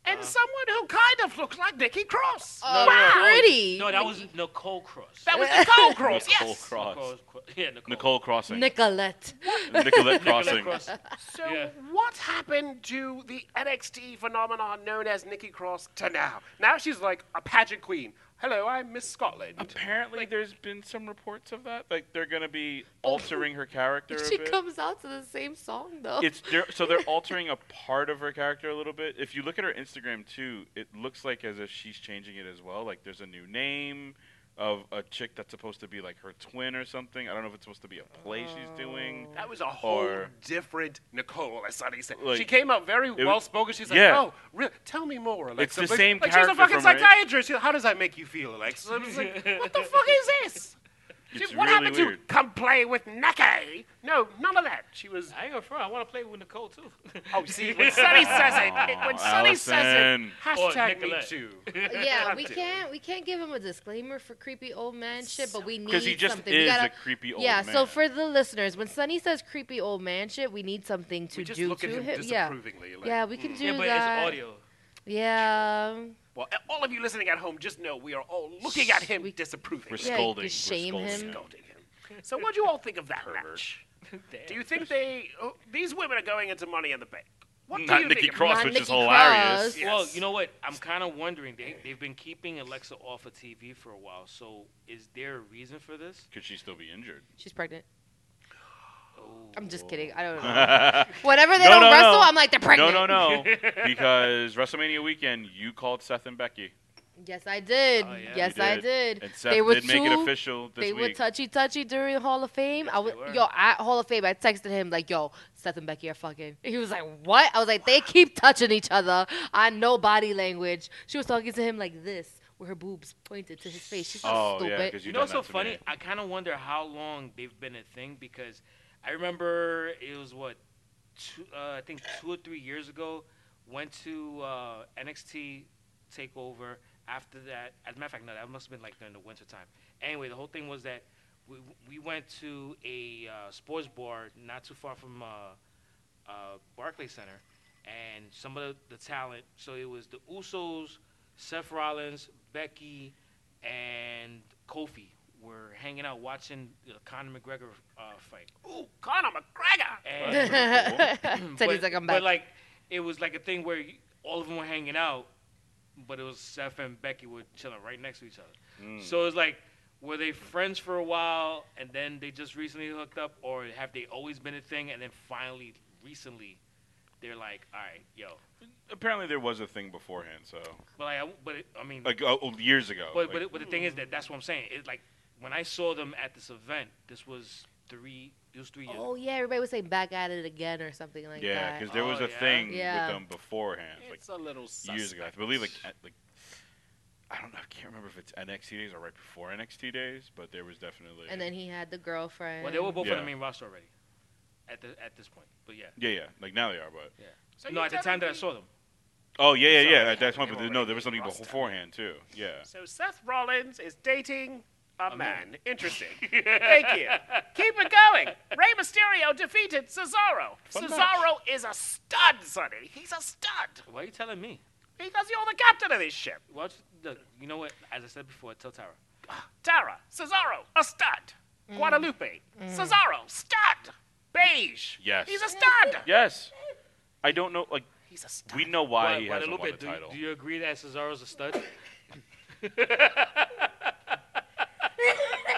and someone who kind of looked like Nikki Cross.
Oh,
no, no.
pretty.
no, that was Nicole Cross.
that was Nicole Cross,
Nicole
yes.
Cross.
Nicole Cross. Yeah, Nicole.
Nicole Crossing.
Nicolette.
Nicolette
Nicole
Crossing.
Cross.
So
Yeah.
what happened to the NXT phenomenon known as Nikki Cross to now? Now she's like a pageant queen. Hello, I'm Miss Scotland.
Apparently, there's been some reports of that. Like they're gonna be
Oh.
altering her character a
She
bit.
comes out to the same song though.
it's they're, so they're altering a part of her character a little bit. If you look at her Instagram too, it looks like as if she's changing it as well. Like there's a new name of a chick that's supposed to be like her twin or something. I don't know if it's supposed to be a play she's doing.
That was a whole
Or-
different Nicole, as Sunny said.
Like,
she came out very
was-
well spoken. She's like,
yeah.
"Oh, real, tell me more." Alexa.
the
like,
same
like
character
she's a fucking
from her-
psychiatrist. How does that make you feel, Alexa? I'm just like, what the fuck is this? She-
It's
what
really
happened
weird.
to come play with Nikki? No, none of that. She was.
I ain't gonna front. I want to play with Nicole too.
Oh, see, when Sunny says it, it- when Sunny says it,
Allison.
Or
hashtag me
Nicolette.
too.
Uh, yeah, we
Goddamn.
can't we can't give him a disclaimer for creepy old man shit, but we need
Because he just
something. we
is
gotta,
a creepy old
yeah,
man.
so for the listeners, when Sonny says creepy old man shit, we need something to
We just
do
look
to
at him,
Yeah.
disapprovingly. Like,
Yeah, we can
Mm.
do
yeah, but
that.
it's audio.
Yeah.
Well, all of you listening at home, just know we are all looking at him
We-
we're
disapprovingly,
Yeah, you
scolding.
could shame
we're
him.
scolding.
scolding him. So, what do you all think of that
Pervert.
match?
Damn.
Do you think they oh, these women are going into Money in the Bank? What do
Not
you
Nikki
think? of-
Cross,
Not
which is
Nikki
hilarious.
Cross.
Well,
Yes.
you know what? I'm kind of wondering. They they've been keeping Alexa off of TV for a while. So is there a reason for this?
Could she still be injured?
She's pregnant.
Oh.
I'm just kidding. I don't know. Whenever they
Oh. No,
don't
no,
wrestle,
no.
I'm like they're
no,
pregnant.
no, no. because WrestleMania weekend, you called Seth and Becky,
Yes, I did.
Oh, yeah.
Yes,
You
I
did.
did.
and Seth
they were
did
two.
make it official this
they were
week.
touchy touchy during the Hall of Fame. I was
they were.
yo at Hall of Fame. I texted him like, "Yo, Seth and Becky are fucking." He was like, "What?" I was like, "They keep touching each other. I know body language." She was talking to him like this, with her boobs pointed to his face. She's so
oh yeah,
stupid.
because
You
you
know
done
what's so
that to
funny?
me.
I kind of wonder how long they've been a thing because I remember it was what two, uh, I think two or three years ago. Went to uh, NXT Takeover. After that, as a matter of fact, no, that must have been like during the winter time. Anyway, the whole thing was that we, we went to a uh, sports bar not too far from uh, uh, Barclay Center, and some of the, the talent. So it was the Usos, Seth Rollins, Becky, and Kofi were hanging out watching the Conor McGregor uh, fight.
Ooh, Conor McGregor.
And
Teddy's like, "I'm back."
But like, it was like a thing where you- all of them were hanging out, but it was Seth and Becky were chilling right next to each other.
Mm.
So it's like, were they friends for a while and then they just recently hooked up, or have they always been a thing and then finally recently? They're like, all right, yo,
Apparently, there was a thing beforehand. So,
but like, I- but it, I mean,
like oh, oh, years ago.
But
like,
but, but the thing is that that's what I'm saying. It like when I saw them at this event, this was three. It was three years.
Oh yeah, everybody was saying back at it again or something like
yeah,
that.
because there was
Oh,
a
yeah.
thing
Yeah.
with them beforehand, like
It's a little suspect.
years ago. I believe like at, like I don't know. I can't remember if it's NXT days or right before NXT days, but there was definitely.
And then he had the girlfriend.
Well, they were both on
Yeah.
the main roster already. At the at this point, but yeah.
yeah, yeah, like now they are, but
So
no,
you're
at the time that I
telling me-
saw them.
oh yeah,
So
yeah, yeah.
they
At that
were
point, but no, there was
already
something
roster.
beforehand too. Yeah,
So Seth Rollins is dating a, man.
man.
Interesting. Thank you. Keep it going. Rey Mysterio defeated Cesaro. Cesaro is a stud, Sonny. He's a stud
Why are you telling me?
because you're the captain of this ship.
Watch the. You know what? As I said before, tell Tara.
Tara, Cesaro, a stud. Guadalupe, Cesaro, stud. Beige.
Yes.
He's a stud.
yes. I don't know. Like
He's a stud.
we know why
Gua-
he hasn't
Guadalupe,
won the
do you-
title.
Do you agree that Cesaro's a stud?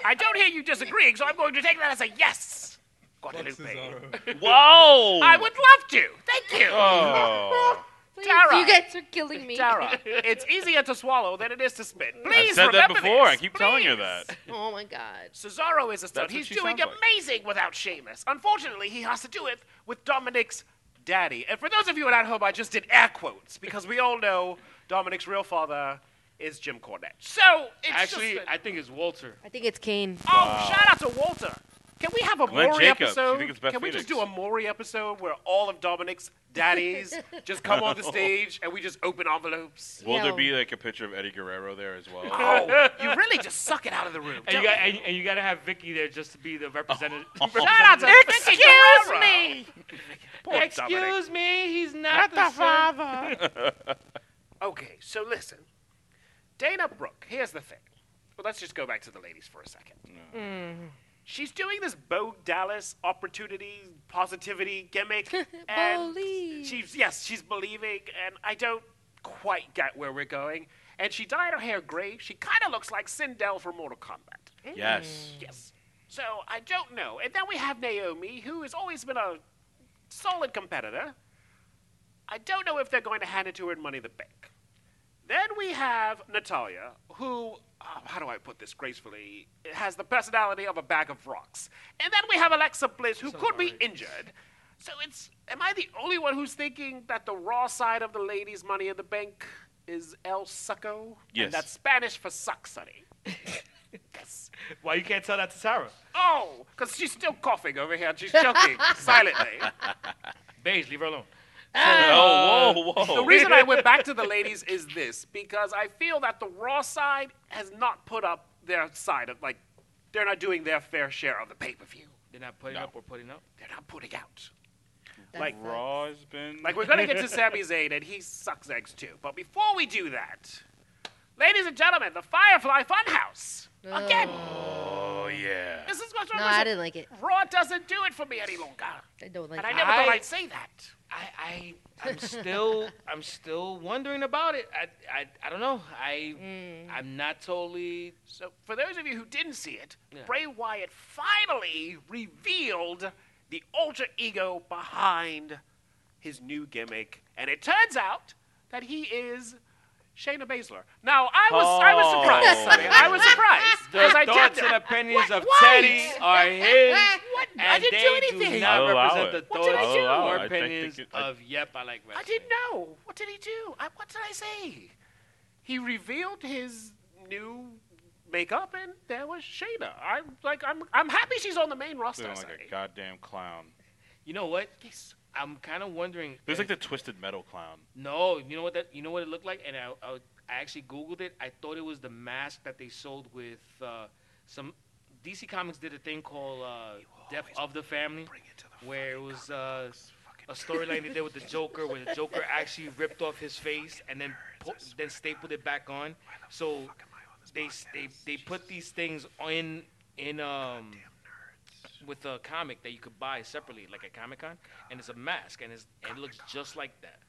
I don't hear you disagreeing, so I'm going to take that as a yes. Guadalupe.
Cesaro.
Whoa!
I would love to. Thank you.
Oh.
Please,
Tara.
you guys are killing me.
Tara, it's easier to swallow than it is to spit.
I
Please
said that
remember
before.
this.
I keep telling her
please.
that.
Oh my god.
Cesaro is a stud.
That's what
He's
she
doing
sounds like.
amazing without Sheamus. Unfortunately, he has to do it with Dominic's daddy. And for those of you at home, I just did air quotes because we all know Dominic's real father is Jim Cornette. So it's
Actually,
just a-
I think it's Walter.
I think it's Kane.
oh, shout out to Walter. Can we have a
Glenn
Maury
Jacobs. You
episode?
think it's Beth
Can we just
Phoenix?
do a Maury episode where all of Dominic's daddies just come on the stage and we just open envelopes?
Will there
No.
be like a picture of Eddie Guerrero there as well?
Oh, you really just suck it out of the room.
And you,
don't
got,
you?
and, and you gotta have Vicky there just to be the representative.
Oh,
Shout out to Vicky
Excuse
Guerrero.
me!
Poor Dominic.
Excuse me, he's not, the, son.
Okay, so listen. Dana Brooke, here's the thing. Well, let's just go back to the ladies for a second. She's doing this Bo Dallas opportunity, positivity gimmick. and
Believe.
She's, yes, she's believing, and I don't quite get where we're going. And she dyed her hair gray. She kind of looks like Sindel from Mortal Kombat.
Yes.
Yes. So I don't know. And then we have Naomi, who has always been a solid competitor. I don't know if they're going to hand it to her in Money in the Bank. Then we have Natalia, who, uh, how do I put this gracefully, has the personality of a bag of rocks. And then we have Alexa Bliss, who could be injured. So it's, am I the only one who's thinking that the raw side of the ladies' Money in the Bank is El Succo?
Yes.
And that's Spanish for suck, sonny. yes.
Why you can't tell that to Sarah?
Oh, because she's still coughing over here. and She's choking silently.
Beige, leave her alone.
Oh, whoa,
The
whoa.
reason I went back to the ladies is this because I feel that the Raw side has not put up their side of like they're not doing their fair share of the pay per view.
They're not putting up or putting up.
They're not putting out.
like Raw has been.
Like we're gonna get to Sami Zayn and he sucks eggs too. But before we do that, ladies and gentlemen, the Firefly Funhouse again.
oh yeah.
This is what's wrong.
No, I didn't like it.
Raw doesn't do it for me any longer,
I don't like
and I
it.
never thought
I-
I'd say that.
I, I I'm still I'm still wondering about it. I I, I don't know. I I'm not totally
So, for those of you who didn't see it,
Yeah.
Bray Wyatt finally revealed the alter ego behind his new gimmick, and it turns out that he is Shayna Baszler. Now, I was I was
Oh.
surprised. Sonny. I was surprised
the
because I
thoughts
did
and
not-
opinions
What?
of
What? Eh,
Teddy are his.
What?
And
I didn't do
they
anything.
Do not
I'll allow
represent
it.
the
What did I
thoughts
do? I'll
allow
or
it. Oh, I think
opinions
it- I-
of Yep, I like
I
wrestling.
didn't know. What did he do? I, what did I say? He revealed his new makeup, and there was Shayna. I'm like, I'm, I'm happy she's on the main roster.
Looking like
Sonny.
a goddamn clown.
You know what?
Yes.
I'm kind of wondering. if-
Looks like the twisted metal clown.
No, you know what that you know what it looked like, and I, I, was- I actually googled it. I thought it was the mask that they sold with uh, some DC Comics did a thing called uh, Death of the Family, where it was uh, a storyline they did with the Joker, where the Joker actually ripped off his face and then po- then stapled it back on. So they s- they they put these things in in um with a comic that you could buy separately, like at Comic Con, and it's a mask, and it's, and it looks just like that.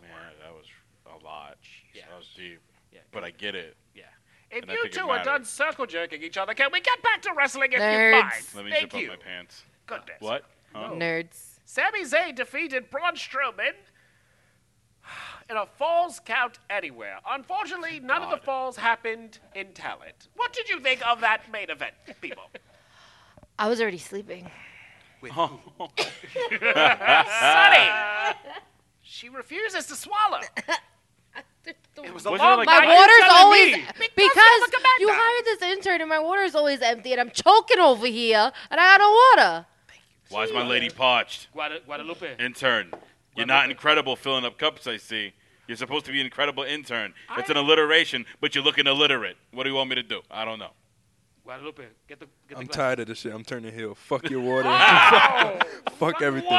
Man, that was a lot.
Yeah.
That was deep.
Yeah.
But I get it.
Yeah.
If
And I
you
think it
two are
mattered.
done circle jerking each other, can we get back to wrestling if you
Nerds.
mind?
Let me
Thank
zip
you.
up my pants.
Goodness.
What? Huh?
Nerds.
Sami Zayn defeated Braun Strowman in a falls count anywhere.
Oh
Unfortunately, none of the falls happened in talent. What did you think of that main event, people?
I was already sleeping.
Uh.
Sonny! She refuses to swallow. It was a
Wasn't it
long
like-
My
night.
Why are you
water's always
telling
because,
I'm a commander.
you hired this intern and my water's always empty and I'm choking over here and I got no water.
Why is my lady parched?
Guada- Guadalupe.
Intern, you're not incredible filling up cups, I see. You're supposed to be an incredible intern. That's
I-
an alliteration, but you're looking illiterate. What do you want me to do? I don't know.
Guadalupe, get the get the
I'm
glass.
tired of this shit. I'm turning heel. Fuck your water. fuck, everything.
Whoa!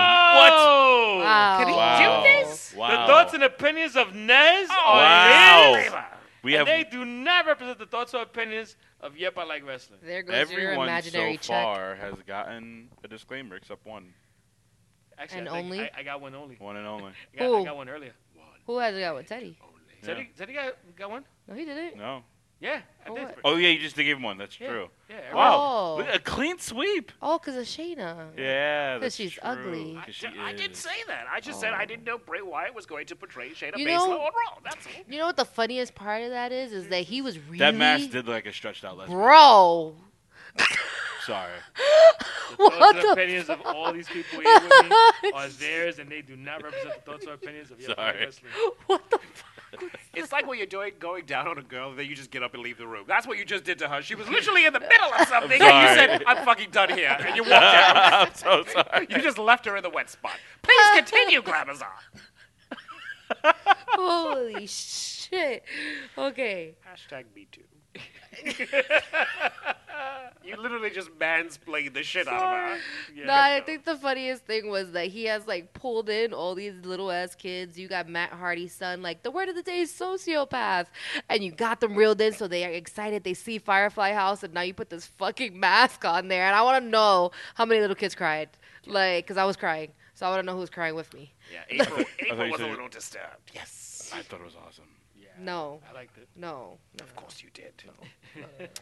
Wow.
Did Oh, he
Wow.
do this?
The
Wow.
thoughts and opinions of
Oh,
Nez
Wow.
are his,
we
and
have
they do not represent the thoughts or opinions of Yep, I Like Wrestling.
There goes your
everyone
imaginary
so far has gotten a disclaimer except one,
Actually,
And
I think
only?
I, I got one only.
one and only.
I got, I
Who?
got one earlier.
check. Who has it got one? Teddy.
Yeah.
Zeddy, Zeddy got, got one?
No, he didn't.
No.
Yeah, I
For
did.
what?
for-
Oh yeah, you just did give him one. That's
Yeah,
true.
Yeah, every-
Wow,
Oh.
look, a clean sweep.
Oh, 'cause of Shayna.
Yeah,
'Cause
that's
she's
true.
ugly.
'Cause she
I did
is. Oh.
say that. I just said I didn't know Bray Wyatt was going to portray Shayna
You
Baszler
know-
on Raw. That's all.
You know what the funniest part of that is? Is that he was really
that mask did look like a stretched out lesbian.
bro.
Sorry.
The thoughts
What
and
the
opinions of all these people here with me are theirs, and they do not represent the thoughts or opinions of Yep
Sorry.
Like Wrestling.
What the?
It's like when you're doing going down on a girl, and then you just get up and leave the room. That's what you just did to her. She was literally in the middle of something, and you
sorry.
said, "I'm fucking done here," and you walked out.
I'm so sorry.
You just left her in the wet spot. Please continue, Glamazon.
Holy shit. Okay.
Hashtag me too. you literally just mansplained the shit out of her.
No, I think the funniest thing was that he has like pulled in all these little ass kids. You got Matt Hardy's son, like the word of the day is sociopath, and you got them reeled in, so they are excited. They see Firefly House, and now you put this fucking mask on there, and I want to know how many little kids cried, like, cause I was crying, so I want to know who was crying with me.
Yeah, April, April
you
was a
said-
little disturbed. Yes,
I thought it was awesome.
No,
I liked it.
no,
of course you did.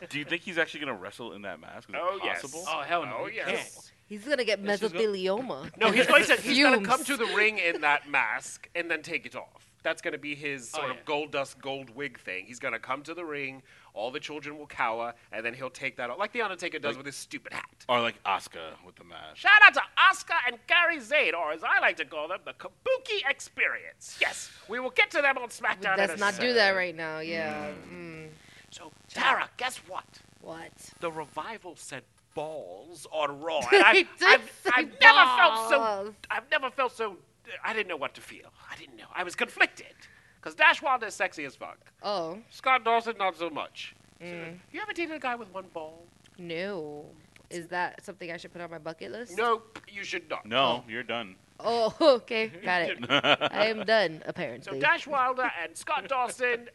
Do you think he's actually gonna wrestle in that mask? Is
Oh,
it
yes.
possible?
Oh hell no!
Oh,
you
yes.
can't.
he's gonna get
This is go-
mesothelioma.
No, he's going to he's going to come
Fumes.
to the ring in that mask and then take it off. That's going to be his
Oh,
sort
yeah.
of gold dust, gold wig thing. He's going to come to the ring. All the children will cower, and then he'll take that off, like the Undertaker does with his stupid hat.
Or like Oscar with the mask.
Shout out to Oscar and Gary Zayn, or as I like to call them, the Kabuki Experience. Yes, we will get to them on SmackDown. in a
Let's not do
second.
that right now. Yeah. Mm.
So, Tara, guess what?
What?
The revival said balls on Raw.
They
And I've,
did
I've,
say
I've never felt so.
balls.
I've never felt so. I didn't know what to feel. I didn't know. I was conflicted. Because Dash Wilder is sexy as fuck.
Oh
Scott Dawson, not so much.
Mm.
You ever dated a guy with one ball?
no. Is that something I should put on my bucket list?
Nope, you should not.
No, you're done.
Oh, okay. Got it. I am done,
So
apparently.
Dash Wilder and Scott Dawson,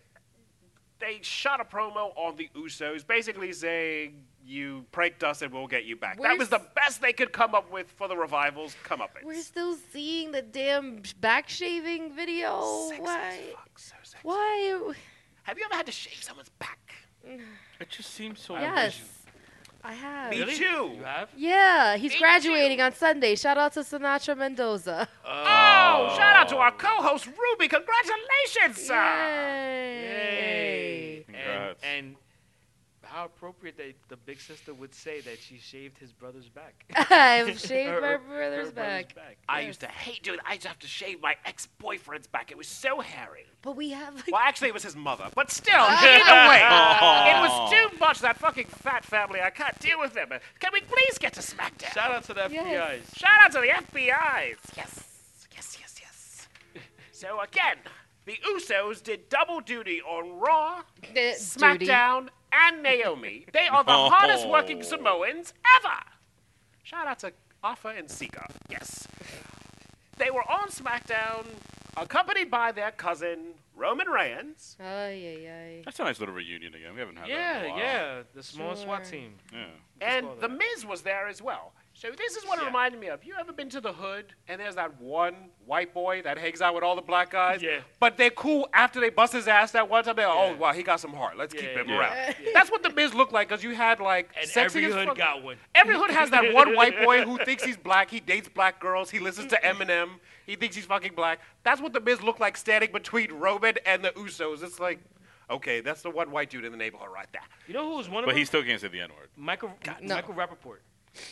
they shot a promo on the Usos, basically saying, "You pranked us, and we'll get you back."
Where's-
that was the best they could come up with for the revivals. Come up
We're still seeing the damn sh- back shaving video.
Oh,
Why? Why?
Have you ever had to shave someone's back?
It just seems so.
Yes. I have.
Me
Really?
too.
You have?
Yeah, he's
Me
graduating on Sunday. Shout out to Sinatra Mendoza.
Uh,
Ah!
Oh, shout out to our co-host Ruby. Congratulations, sir.
Yay.
And,
Congrats.
and how appropriate that the big sister would say that she shaved his brother's back.
I've shaved
Her-
my
her
brother's
brother's
back.
I used to hate doing. I used to have to shave my ex-boyfriend's back. It was so hairy.
But we have.
Well, actually, it was his mother. But still, either way, it was too much. That fucking fat family. I can't deal with them. Can we please get to SmackDown?
Shout out to the
Yes.
FBI's.
Shout out to the FBI's. Yes, yes, yes, yes. so again, the Usos did double duty on Raw,
Duty.
SmackDown, and Naomi. They are the
Oh.
hardest working Samoans ever. Shout out to Alpha and Sika. Yes. They were on SmackDown, accompanied by their cousin Roman Reigns.
Ay, ay, ay.
That's a nice little reunion again. We haven't had that. in a
Yeah,
while.
yeah. The small SWAT
Sure.
team.
Yeah.
And
call
the
that.
Miz was there as well. So this is what it
Yeah.
reminded me of. You ever been to the hood and there's that one white boy that hangs out with all the black guys?
Yeah.
But they're cool after they bust his ass that one time. They're
Yeah.
oh wow, he got some heart. Let's keep
Yeah,
him
yeah,
around. That's what the Miz looked like because you had like
And
sexy
every
as
hood
fuck-
got one.
Every hood has that one white boy who thinks he's black. He dates black girls. He listens to Eminem. He thinks he's fucking black. That's what the Miz looked like standing between Roman and the Usos. It's like, okay, that's the one white dude in the neighborhood right there.
You know who was one of
But
them?
he still can't say the N word.
Michael,
no.
Michael Rappaport.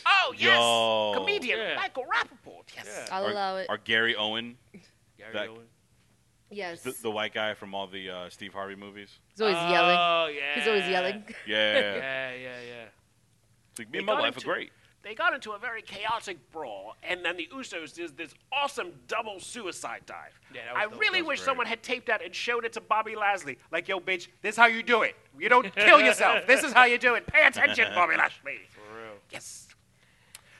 Oh yes,
Yo.
comedian
Yeah.
Michael Rappaport. Yes. Uh,
Yeah.
I'll allow it.
Or Gary Owen,
Gary
That-
Owen.
Yes.
the, the white guy from all the uh, Steve Harvey movies.
He's always yelling.
Oh, yeah.
He's always yelling.
Yeah.
Yeah, yeah, yeah.
It's like,
They
me and my
got
wife are
into-
great.
They got into a very chaotic brawl, and then the Usos did this awesome double suicide dive.
Yeah, that was
I
dope.
really
That was
wish
great.
someone had taped that and showed it to Bobby Lashley. Like, yo, bitch, this is how you do it. You don't kill yourself. This is how you do it. Pay attention, Bobby Lashley.
For real.
Yes.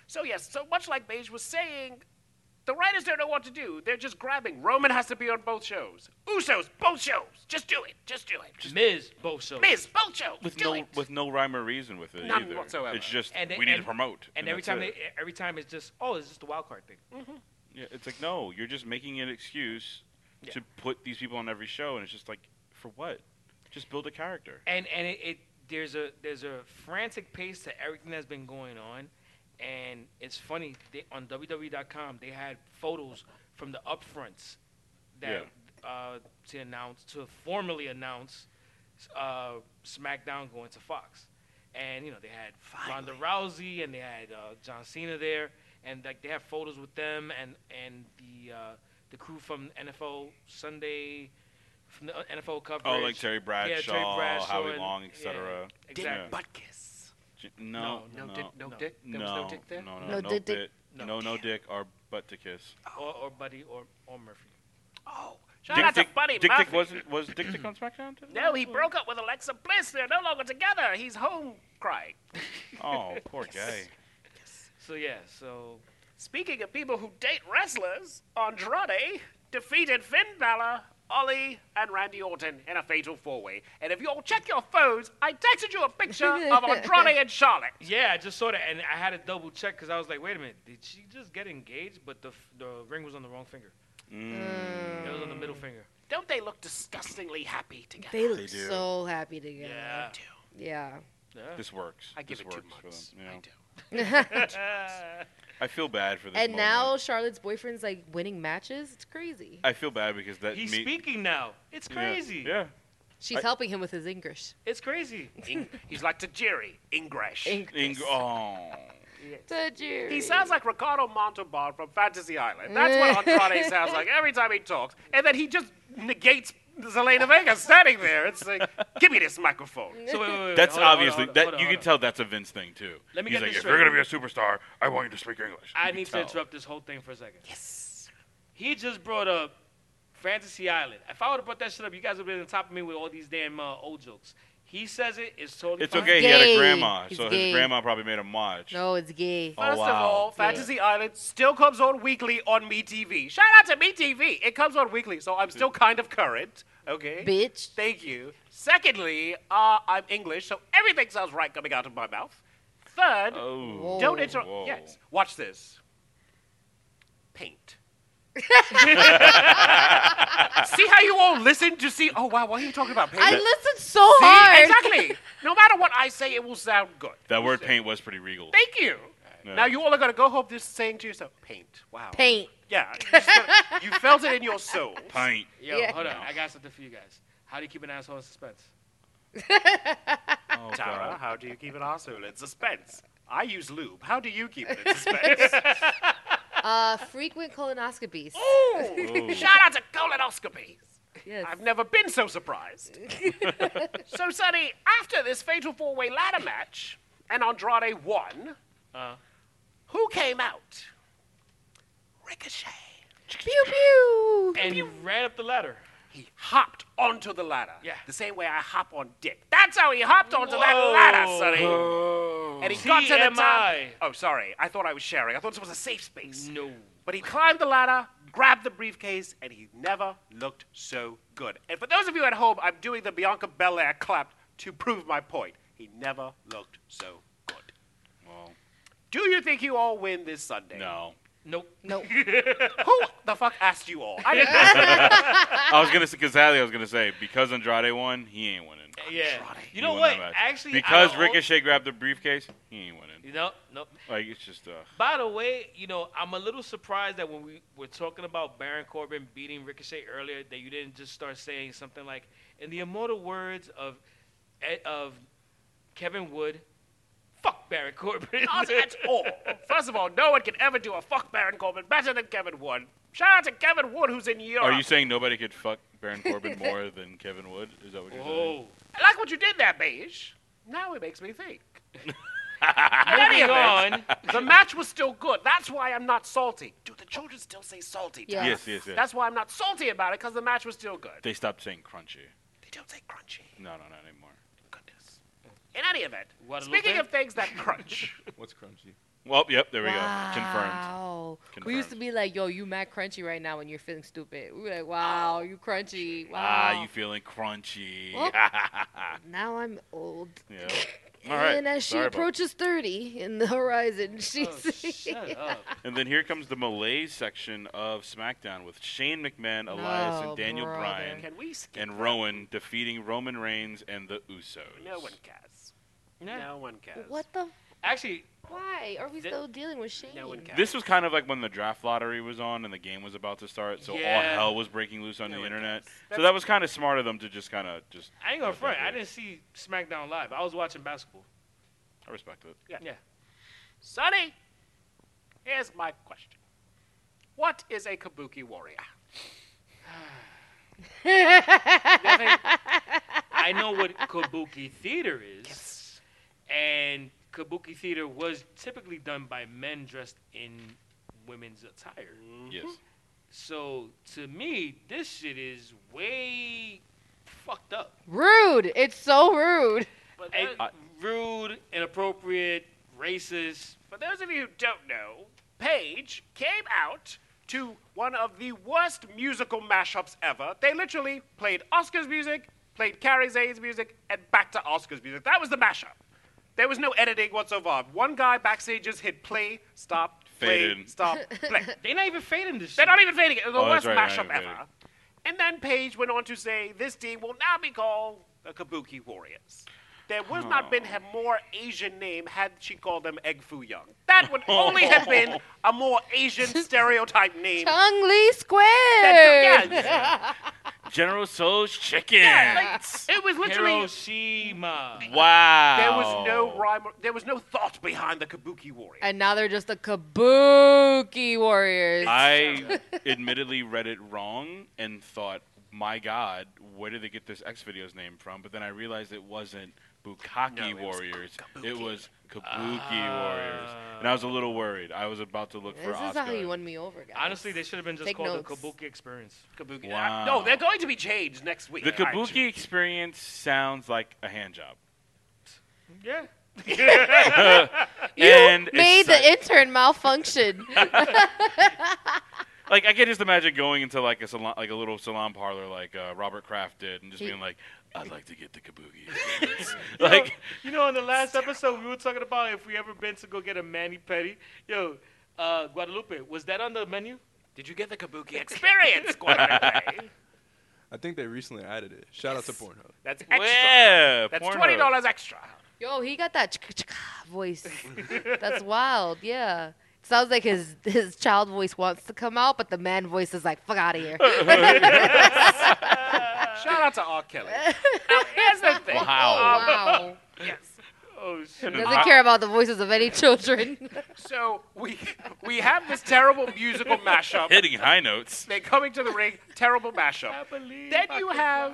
So yes, so much like Paige was saying, the writers don't know what to do. They're just grabbing. Roman has to be on both shows. Usos, both shows. Just do it. Just do it.
Miz Boso.
Miz, both shows.
With
do
no
it.
with no rhyme or reason with it
None
either.
whatsoever.
It's just
And they-
we need to
and-
promote.
And every
that's
time, they,
it.
every time it's just, oh, it's just the wild card thing.
Yeah, it's like no, you're just making an excuse
Yeah.
to put these people on every show, and it's just like for what? Just build a character.
and and it, it there's a there's a frantic pace to everything that's been going on, and it's funny they, on WWE.com they had photos from the upfronts that uh, to announce to formally announce uh, SmackDown going to Fox, and you know they had Ronda Rousey and they had uh, John Cena there, and like they have photos with them and and the uh, the crew from NFL Sunday. From the NFL coverage.
Oh, like Terry Bradshaw,
Bradshaw
Howie
and-
Long,
yeah,
etc.
Dick
Exactly.
butt kiss.
J- No,
No,
no,
dick, no,
no.
dick. There was no dick there.
No,
No
no, no,
dick, dick.
bit. No, no dick or butt to kiss.
Or, or Buddy or, or Murphy.
Oh, shout out to Buddy
Dick,
Murphy.
Dick wasn't was Dick Dick on SmackDown? today?
No, he broke up with Alexa Bliss. They're no longer together. He's home crying.
Oh, poor guy.
So yeah, so
Speaking of people who date wrestlers, Andrade defeated Finn Balor, Ollie, and Randy Orton in a fatal four-way. And if you'll check your phones, I texted you a picture of Andrade and Charlotte.
yeah, I just saw that and I had to double check because I was like, wait a minute, did she just get engaged? But the f- the ring was on the wrong finger. Mm. It was on the middle finger.
Don't they look disgustingly happy together? Uh,
They look
do.
so happy together.
Yeah.
Yeah.
Yeah.
This works.
I give
this
it two
works for
months.
them. Yeah.
I do.
I feel bad for this.
And
moment.
now Charlotte's boyfriend's like winning matches. It's crazy.
I feel bad because that
He's
me-
speaking now. It's
yeah,
crazy.
Yeah.
She's helping him with his English.
It's crazy.
Ing- he's like Tajiri, Ingresh.
Ing- oh.
Did you?
He sounds like Ricardo Montalban from Fantasy Island. That's what Andrade sounds like every time he talks. And then he just negates Zelena Vega standing there. It's like, give me this microphone.
So wait, wait, wait, wait,
That's
hold on, hold
obviously
on, hold on,
that
hold on,
you
hold
can
on.
tell that's a Vince thing too.
Let me
He's
get
like,
this
if you're
straight.
gonna be a superstar, I want you to speak English. You
I
can
need to
tell.
interrupt this whole thing for a second. Yes. He just brought up Fantasy Island. If I would have brought that shit up, you guys would have been on top of me with all these damn uh, old jokes. He says it. It's totally.
It's
fine.
okay. He had
gay.
a grandma,
He's
so
gay.
his grandma probably made him watch.
no, it's gay.
Oh,
First of
wow.
all, Fantasy Island still comes on weekly on MeTV. Shout out to MeTV. It comes on weekly, so I'm
Mm.
still kind of current. Okay.
Bitch.
Thank you. Secondly, uh, I'm English, so everything sounds right coming out of my mouth. Third,
Oh.
don't interrupt.
Whoa.
Yes. Watch this. Paint. see how you all listen to see. Oh wow, what are you talking about? Paint.
I listened so
See,
hard.
exactly. No matter what I say, it will sound good.
That word paint was pretty regal.
Thank you.
Yeah.
Now you all are going to go home just saying to yourself, paint. Wow.
Paint.
Yeah. You, just gotta- you felt it in your soul.
Pint.
Yo,
Yeah.
hold on. I got something for you guys. How do you keep an asshole in suspense?
Oh,
Tara,
God.
how do you keep an asshole in suspense? I use lube. How do you keep it in suspense?
Uh, frequent colonoscopies.
Ooh. Shout out to colonoscopy.
Yes.
I've never been so surprised. so, Sonny, after this fatal four way ladder match and Andrade won,
Uh.
who came out? Ricochet.
pew pew.
And he ran up the ladder.
He hopped onto the ladder.
Yeah.
The same way I hop on dick. That's how he hopped onto that ladder, Sonny. And he got to the top.
TMI.
Oh, sorry. I thought I was sharing. I thought this was a safe space.
No.
But he climbed the ladder, grabbed the briefcase, and he never looked so good. And for those of you at home, I'm doing the Bianca Belair clap to prove my point. He never looked so good.
Well,
Do you think you all win this Sunday?
no.
Nope.
Nope.
Who the fuck asked you all? I didn't ask you.
I was gonna say, because I was gonna say, because Andrade won, he ain't winning.
Yeah.
He
You know
won
what?
that match.
Actually, out
because
of all-
Ricochet grabbed the briefcase, he ain't winning.
You know, nope.
Like it's just uh,
By the way, you know, I'm a little surprised that when we were talking about Baron Corbin beating Ricochet earlier, that you didn't just start saying something like, in the immortal words of Ed- of Kevin Wood, fuck Baron Corbin.
Not at all. First of all, no one can ever do a fuck Baron Corbin better than Kevin Wood. Shout out to Kevin Wood, who's in Europe.
Are you saying nobody could fuck Baron Corbin more than Kevin Wood? Is that what you're saying?
Whoa.
I like what you did there, Beige. Now it makes me think.
Moving
Moving
on.
The match was still good. That's why I'm not salty. Do the children still say salty? to
Yeah.
you?
Yes, yes, yes.
That's why I'm not salty about it, because the match was still good.
They stopped saying crunchy.
They don't say crunchy.
No, no, not anymore.
Goodness. In any event,
Guadalupe?
speaking of things that crunch,
What's crunchy?
Well, yep, there we
wow.
go. Confirmed.
We used to
Confirmed.
be like, yo, you mad crunchy right now when you're feeling stupid. We were like,
Oh.
wow, you crunchy. Wow.
Ah, you feeling crunchy?
Well- now I'm old.
yeah. All right.
And as she
Sorry about
approaches 30 in the horizon, she's
Oh, shut up.
And then here comes the Malay section of SmackDown with Shane McMahon, Elias,
No,
and Daniel
brother.
Bryan,
Can we skip
and
that?
Rowan defeating Roman Reigns and the Usos.
No one cares.
Nah.
No one cares.
what the?
Actually,
Why are we
Th-
still dealing with Shane?
No one cares.
This was kind of like when the draft lottery was on and the game was about to start, so all
Yeah.
hell was breaking loose on
No
the
one
internet.
cares.
So
That's-
that was kind of smart of them to just kind of just.
I ain't gonna
let that
front.
go.
I didn't see SmackDown live. I was watching basketball.
I respect it.
Sonny, here's my question. What is a kabuki warrior?
I know what kabuki theater is, and kabuki theater was typically done by men dressed in women's attire.
Yes.
So to me, this shit is way fucked up.
Rude. It's so rude.
But,
Hey,
those,
rude, inappropriate, racist.
for those of you who don't know, Paige came out to one of the worst musical mashups ever. They literally played Oscar's music, played Carrie Zane's music, and back to Oscar's music. That was the mashup. There was no editing whatsoever. One guy backstage just hit play, stop, play,
Fade in.
stop, play.
They not even fading this
They're
shit.
not even fading it. It was the
Oh, that's
worst
right, they're
mashup
not even
ever. And then Paige went on to say, "This team will now be called the Kabuki Warriors." There would have
Oh.
not been a more Asian name had she called them Egg Foo Young. That would only have been a more Asian stereotype name.
Chung Lee Square.
That- yeah,
General Soul's chicken.
yeah, like, it was literally.
Hiroshima.
wow.
There was no rhyme. Or, there was no thought behind the Kabuki Warriors.
And now they're just the Kabuki Warriors.
I admittedly read it wrong and thought, my God, where did they get this X Videos name from? But then I realized it wasn't
No,
Bukaki
it was
Warriors.
Kabuki. Ah.
It was Kabuki Warriors. And I was a little worried. I was about to look
this
for
is
Oscar.
how you won me over, guys.
Honestly, they should have been just
Take
called
notes.
the Kabuki Experience.
Kabuki.
Wow.
no, they're going to be changed next week.
the
I actually-
Kabuki experience sounds like a hand job.
Yeah.
you
and it's
made
sex.
the intern malfunction.
like I could just imagine going into like a salon, like a little salon parlor, like uh, Robert Kraft did, and just
He-
being like, "I'd like to get the Kabuki." experience." like
You know, in the last episode, we were talking about if we ever been to go get a mani pedi. Yo, uh, Guadalupe, was that on the menu?
Did you get the Kabuki experience, Guadalupe?
I think they recently added it. Shout out to Pornhub.
That's extra.
Yeah,
That's
Pornhub.
twenty dollars extra.
Yo, he got that chicka chicka voice. That's wild. Yeah. Sounds like his his child voice wants to come out, but the man voice is like, fuck out of here.
Shout out to R. Kelly. now, here's the thing.
Wow.
wow.
Um, yes.
Oh, shit.
Doesn't care about the voices of any children.
So we we have this terrible musical mashup.
Hitting high notes.
They're coming to the ring. Terrible mashup.
believe
Then
I
you
can
have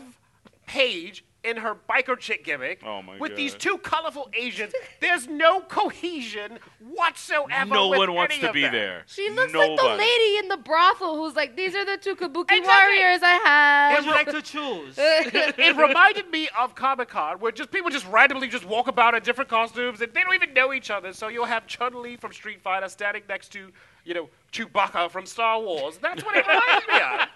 Paige in her biker chick gimmick
Oh my
with these
God.
two colorful Asians. There's no cohesion whatsoever.
No
with
one wants
any
to
of
be
them.
there.
She looks like the
Nobody.
lady in the brothel who's like, these are the two kabuki
Exactly.
warriors
Would
I
you like to choose?
have.
It reminded me of Comic Con, where just people just randomly just walk about in different costumes and they don't even know each other. So you'll have Chun Li from Street Fighter standing next to, you know, Chewbacca from Star Wars. That's what it reminded me of.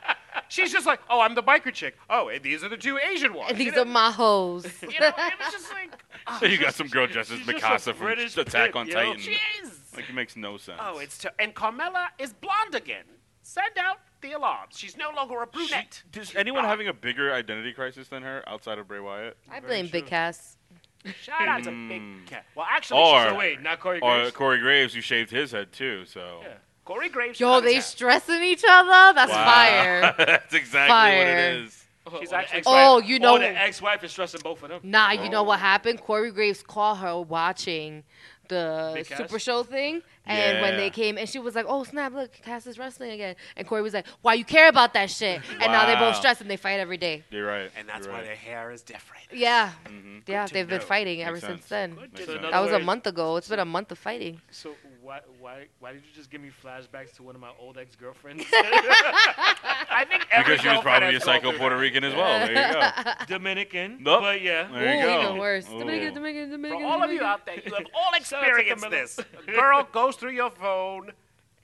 She's just like, oh, I'm the biker chick. Oh, and these are the two Asian ones.
and these
you
are my hoes.
know, you know, it was just like,
So you got some girl dressed as
she's just a
Mikasa from
British
Attack
pimp,
on
yo.
Titan.
jeez.
Like it makes no sense.
Oh, it's ter- and Carmela is blonde again. Send out the alarms. She's no longer a
She-
brunette.
does anyone having a bigger identity crisis than her outside of Bray Wyatt?
I blame Big Cass.
Shout out to Big Cat. Well, actually,
Or-
she's oh,
So wait, not Corey
Or
Graves.
Corey Graves, who shaved his head too. So
Yeah.
Corey Graves.
Yo,
cut his
they
hair.
stressing each other? That's
Wow.
fire.
that's exactly
Fire.
what it is.
Or
She's
the
actually-
ex-wife-
Oh, you know.
Or the ex-wife is stressing both of them.
Nah, you know what happened? Corey Graves caught her watching the
Big Cass?
Super Show thing, and when
Yeah.
they came, and she was like, "Oh snap! Look, Cass is wrestling again." And Corey was like, "Why you care about that shit?" And now they're
Wow.
both stressed and they fight every day.
You're right.
and that's
You're
why
right.
their hair is different.
Yeah, yeah,
to
they've been
know.
fighting
Makes
ever
sense.
since then.
Makes
So
sense.
another-
That was a
Otherwise-
month ago. It's been a month of fighting.
So why, why, why did you just give me flashbacks to one of my old ex-girlfriends?
I think every
Because she was
girlfriend
probably a
has gone
psycho
through
Puerto
that.
Rican as well. There you go.
Dominican.
Nope.
But yeah.
Ooh,
There you go.
even worse.
Ooh.
Dominican, Dominican,
For
Dominican.
all of you
Dominican.
out there, you have all
Shout out to
experienced
Camilla.
this. A girl goes through your phone,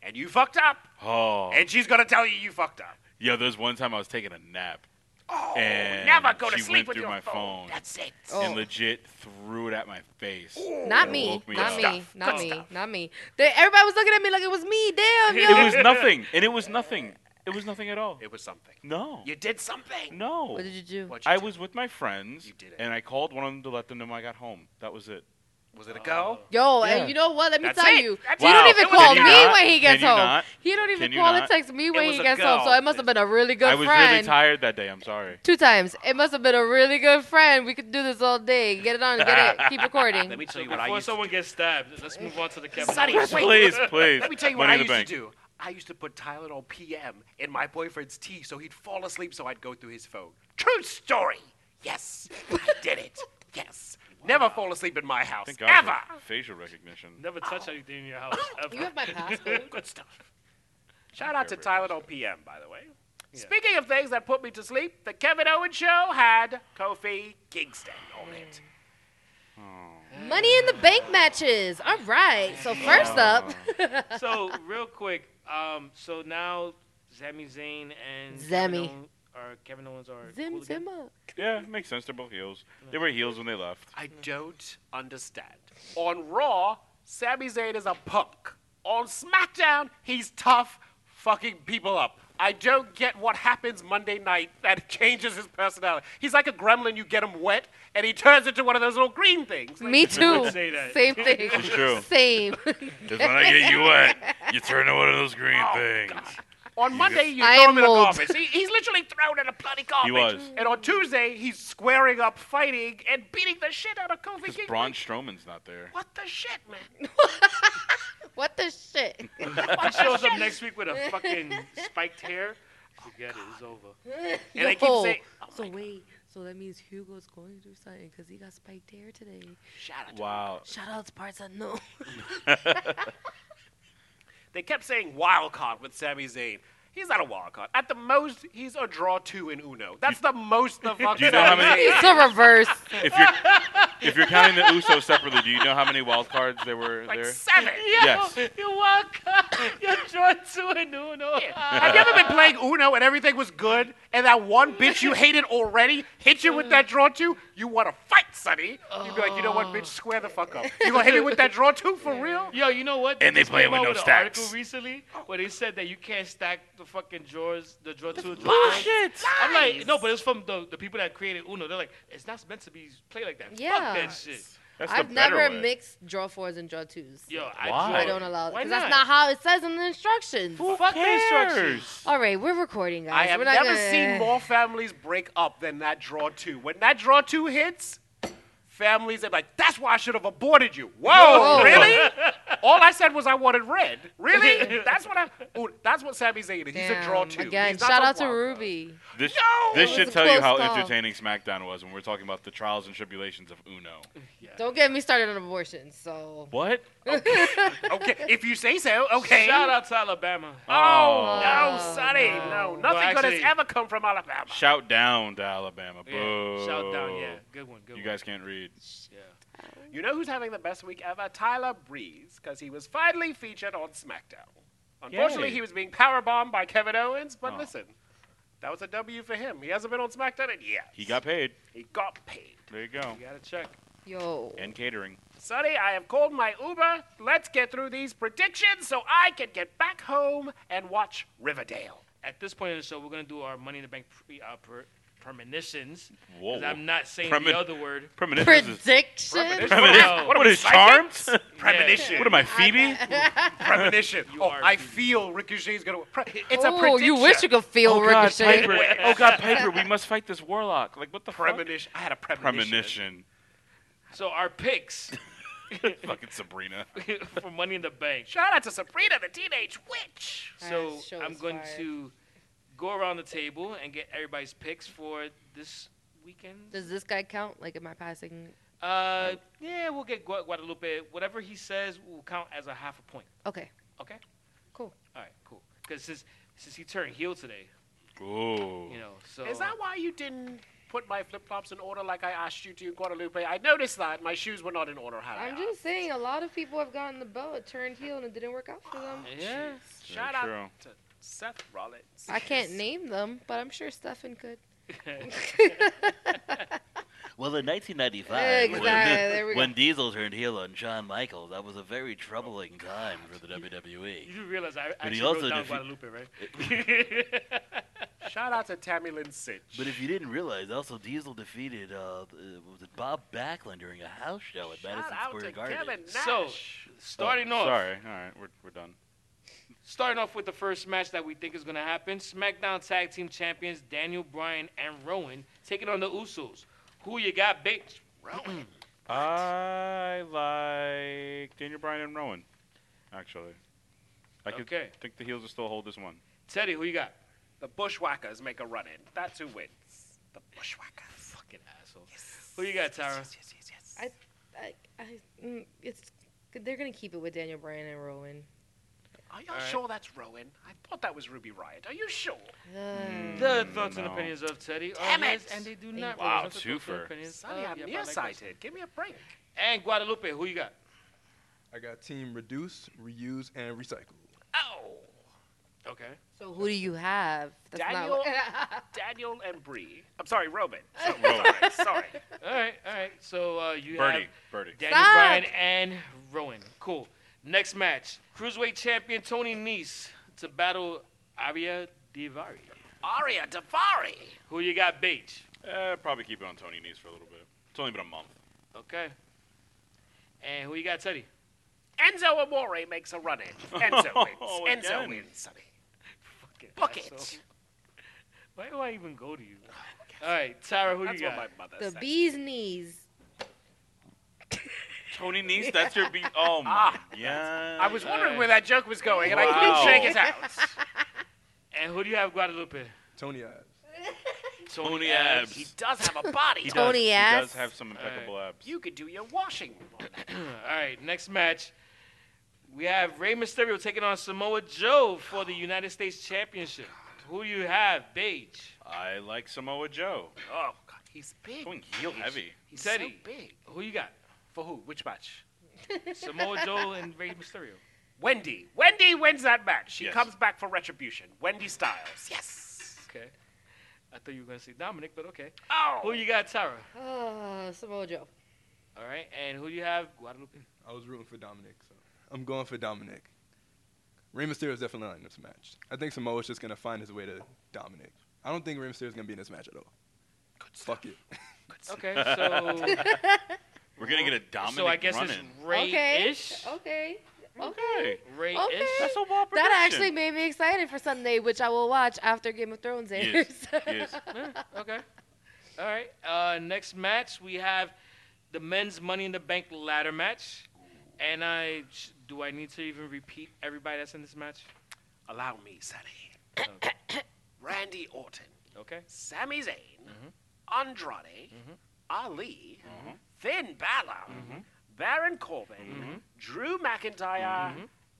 and you fucked up,
Oh,
and she's gonna tell you you fucked up.
yeah. There's one time I was taking a nap.
Oh,
And
never go to
she
sleep
went
with
through
your
my phone.
That's it.
and
Oh.
legit threw it at my face.
Not
It
me,
woke me
not
up.
me, not
Good
me,
stuff.
not me. They, everybody was looking at me like it was me. Damn, yo.
It was nothing, and it was nothing. It was nothing at all.
It was something.
No,
You did something.
no.
what did you do?
What'd you
I
do?
was with my friends,
You did it.
and I called one of them to let them know I got home. That was it.
Was it a go?
Yo,
Yeah.
and you know what? Let me
That's
tell
it.
you.
That's
he
Wow.
don't even
Can
call
you
me
not?
when he
Can
gets
you
home.
not?
He don't even
Can you
call and
not?
text me when
was
he
a
gets home.
girl.
So it must have been a really good
I was
friend.
really tired that day. I'm sorry.
Two times. It must have been a really good friend. We could do this all day. Get it on. Get it. Keep recording.
Let me tell
So
you what I
before
used to
someone
do.
gets stabbed, let's move on to the Kevin.
Sonny,
Owens.
wait.
Please, please.
Let me tell you what
Money
I
in
used
the bank.
to do. I used to put Tylenol PM in my boyfriend's tea so he'd fall asleep so I'd go through his phone. True story. Yes, I did it. Yes. Never fall asleep in my house.
Thank God
Ever.
for facial recognition.
Never touch anything in your house ever.
You have my password.
Good stuff. Shout out to
Very, very
Tylenol PM, by the way. Speaking of things that put me to sleep, the Kevin Owens show had Kofi Kingston on it.
Money in the bank matches. All right. So first up,
so real quick, um, so now Zami Zayn and
Zami.
Kevin Owens, or Kevin Owens are cool
Zim
again?
Zim up.
Yeah, it makes sense. They're both heels. They were heels when they left.
I don't understand. On Raw, Sami Zayn is a punk. On SmackDown, he's tough, fucking people up. I don't get what happens Monday night that changes his personality. He's like a gremlin, you get him wet, and he turns into one of those little green things. Like,
Me too.
say that.
Same thing.
It's true.
Same.
Because when I get you wet, you turn into one of those green things.
on Monday, you
I
throw
am
him in a
old.
garbage. He, he's literally thrown in a bloody garbage.
was.
And on Tuesday, he's squaring up, fighting, and beating the shit out of Kofi
Because
Kingston.
Braun Strowman's not there.
what the shit, man?
What the shit?
He shows up next week with a fucking spiked hair.
Oh,
Forget it. It's over.
And they keep
Yo.
saying, oh
so wait. So that means Hugo's going through something because he got spiked hair today.
shout out to
Wow.
Shout out to parts unknown.
They kept saying wild card with Sami Zayn. He's not a wild card. At the most, he's a draw two in Uno. That's the most the fuck.
Do you know how
Sami
many-
Zayn-
It's the reverse.
If you're if you're counting the Usos separately, do you know how many wild cards there were
Like
there?
seven.
Yes.
You walk up. You're drawn to a new no.
Have you ever been playing Uno and everything was good, and that one bitch you hated already hit you with that draw two? You want to fight, Sonny? You'd be like, you know what, bitch, square the fuck up. You gonna hit me with that draw two for real?
Yo, you know what?
And they
just
play
came
with
out
no
an
stacks.
article recently where they said that you can't stack the fucking drawers, the drawer two, drawer
Bullshit.
I'm like, no, but it's from the, the people that created Uno. They're like, it's not meant to be played like that.
Yeah.
Fuck that shit.
That's
I've
the better
never
way.
mixed draw fours and draw twos.
Yo, I,
Why?
draw-
I don't allow that.
Why
Because that's not how it says in the instructions.
Fuck the instructions.
All right, we're recording, guys.
I have
we're not
never
gonna...
seen more families break up than that draw two. When that draw two hits, families are like, that's why I should have aborted you. Whoa,
Whoa.
really? All I said was I wanted red. Really? that's what I. Ooh, that's what Sami Zayn is. He's a draw
Damn.
two.
Again,
He's not
shout
a
out to
wild card.
Ruby.
This,
No!
this
It
should
was a
tell you
close
how
call.
entertaining SmackDown was when we were talking about the trials and tribulations of Uno.
Don't get me started on abortions. So
What?
Okay, if you say so. Okay.
Shout out to Alabama.
Oh.
No, Sonny, no. Nothing good
actually-
has ever come from Alabama.
Shout down to Alabama.
Yeah, shout down,
Boo.
yeah. Good one, good
You
one.
guys can't read.
yeah.
You know who's having the best week ever? Tyler Breeze, because he was finally featured on SmackDown. Unfortunately,
Yay.
he was being powerbombed by Kevin Owens, but
Oh.
listen, that was a W for him. He hasn't been on SmackDown in years.
He got paid.
He got paid.
There you go.
You gotta check.
yo,
And catering.
Sonny, I have called my Uber. Let's get through these predictions so I can get back home and watch Riverdale.
At this point in the show, we're gonna do our Money in the Bank pre, uh, per, premonitions. 'cause
Whoa.
I'm not saying
Premin-
the other word.
Premonitions is-
prediction.
Yo.
What is charmed?
Premonition.
What am I, Phoebe?
Premonition.
You
oh,
are
I
Phoebe.
feel Ricochet's gonna. Pre- it's a
Oh,
prediction.
you wish you could feel
Oh God,
ricochet.
Piper! Oh God, Piper! We must fight this warlock. Like what the fuck?
premonition. I had a premonition.
Premonition.
So our picks
Fucking Sabrina.
for Money in the Bank.
Shout out to Sabrina, the teenage witch.
So
That show
I'm
is
going
fire.
to go around the table and get everybody's picks for this weekend.
Does this guy count? Like, am I passing?
Uh, yeah, we'll get Gua- Guadalupe. Whatever he says will count as a half a point.
Okay,
Okay.
cool.
All right. Cool. Because since since he turned heel today,
Ooh.
you know. So
Is that why you didn't put my flip flops in order like I asked you to, Guadalupe? I noticed that my shoes were not in order. How
I'm just saying, a lot of people have gotten the belt, turned heel, and it didn't work out for them.
Yeah.
shout
Very
out to Seth Rollins.
I can't name them, but I'm sure Stefan could.
Well, in 1995,
Exactly,
when,
there we go.
when Diesel turned heel on Shawn Michaels, that was a very troubling time for the E. WWE.
You realize I
But
actually
he also
wrote down
defe-
Guadalupe, right?
Shout out to Tammy Lynn Sitch.
But if you didn't realize, also Diesel defeated uh, uh, was it Bob Backlund during a house show at Madison
Shout out
Square
to
Garden.
Kevin Nash.
so,
Oh,
starting off,
Sorry. All right, we're, we're done.
starting off with the first match that we think is going to happen: SmackDown Tag Team Champions Daniel Bryan and Rowan taking on the Usos. Who you got, bitch? Rowan.
I like Daniel Bryan and Rowan, actually. I could
Okay.
think the heels will still hold this one.
Teddy, who you got?
The Bushwhackers make a run in. That's who wins. The Bushwhackers.
Fucking asshole. Who you got, Tyra?
Yes, yes, yes, yes.
I- I, I, mm, it's they're gonna keep it with Daniel Bryan and Rowan.
Are y'all all
All right.
sure that's Rowan? I thought that was Ruby Riot. Are you sure?
Ugh.
The thoughts and
no.
opinions of Teddy
Damn
are
it.
his, and they do not
Wow,
represent the thoughts and
twofer.
opinions
Sonny,
of
I'm
Yep, I Like
nearsighted. Give me a break.
Wrestling. And Guadalupe, who you got?
I got team reduce, reuse, and recycle.
Oh,
Okay.
So who do you have?
Daniel,
what-
Daniel and Bree. I'm sorry, Rowan. So-
Rowan.
sorry, sorry.
All right, all right. So uh, you
Birdie.
have
Birdie.
Daniel
Stop.
Bryan and Rowan. Cool. Next match: Cruiserweight Champion Tony Nese to battle Aria Divari.
Aria Davari.
Who you got, Beige?
Eh, probably keep it on Tony knees for a little bit. It's only been a month.
Okay. And who you got, Teddy?
Enzo Amore makes a run in. Enzo wins.
Oh,
Enzo
again.
wins, Sonny.
Fucking
Book
asshole.
it.
Why do I even go to you? All right, Tyra, who
That's
you
what
got?
my mother
the
said.
bee's knees.
Tony knees. That's your beat. Oh my.
Ah.
Yeah.
I was wondering
Uh,
where that joke was going, and I
Wow.
couldn't shake it out.
And who do you have, Guadalupe?
Tony eyes.
Tony abs.
He does have a body.
He does-
Tony
he
abs.
does have some impeccable abs.
You could do your washing. on that.
All right, next match. We have Rey Mysterio taking on Samoa Joe for the United States Championship. Who do you have, Beige?
I like Samoa Joe.
Oh, God, he's big.
Going heel
He's-
heavy.
He's
Teddy.
so big.
Who you got?
For who? Which match?
Samoa Joe and Rey Mysterio.
Wendy. Wendy wins that match. She
Yes.
comes back for retribution. Wendy Styles. Yes.
Okay. I thought you were gonna say Dominic, but okay.
Oh.
Who you got, Tara?
Oh, Samoa Joe.
All right, and who you have, Guadalupe?
I was rooting for Dominic, so I'm going for Dominic. Rey Mysterio is definitely not in this match. I think Samoa's just gonna find his way to Dominic. I don't think Rey Mysterio's gonna be in this match at all. Fuck it.
Okay, so
We're gonna get a Dominic
so I guess
run
it's
in.
Ray-ish.
Okay. Okay.
Okay.
Ray-ish.
Okay.
That's a wild
That
prediction.
actually made me excited for Sunday, which I will watch after Game of Thrones airs.
Yes. yes.
Yeah, okay. All right. Uh, next match we have the men's Money in the Bank ladder match, and I sh- do I need to even repeat everybody that's in this match?
Allow me, Sally. Randy Orton.
Okay.
Sami Zayn. Andrade. Ali. Finn Balor. Baron Corbin. Drew McIntyre.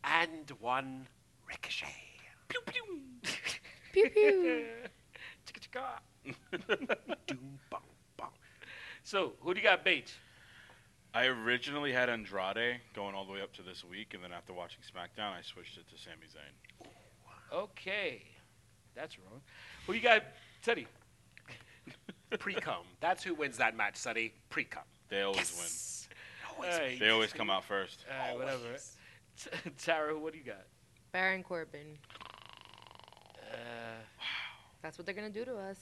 And one Ricochet. Mm-hmm. Pew, pew.
Pew pew.
Chicka-chicka.
Doom, bong, bong.
So who do you got, Bates?
I originally had Andrade going all the way up to this week, and then after watching SmackDown, I switched it to Sami Zayn.
Okay, that's wrong. Who you got, Teddy?
Pre-cum. That's who wins that match, Sonny. Pre-cum.
They always
Yes. Always
Hey.
win. They always come out first.
All right, whatever. T- Tara, what do you got?
Baron Corbin.
Uh,
That's what they're gonna do to us.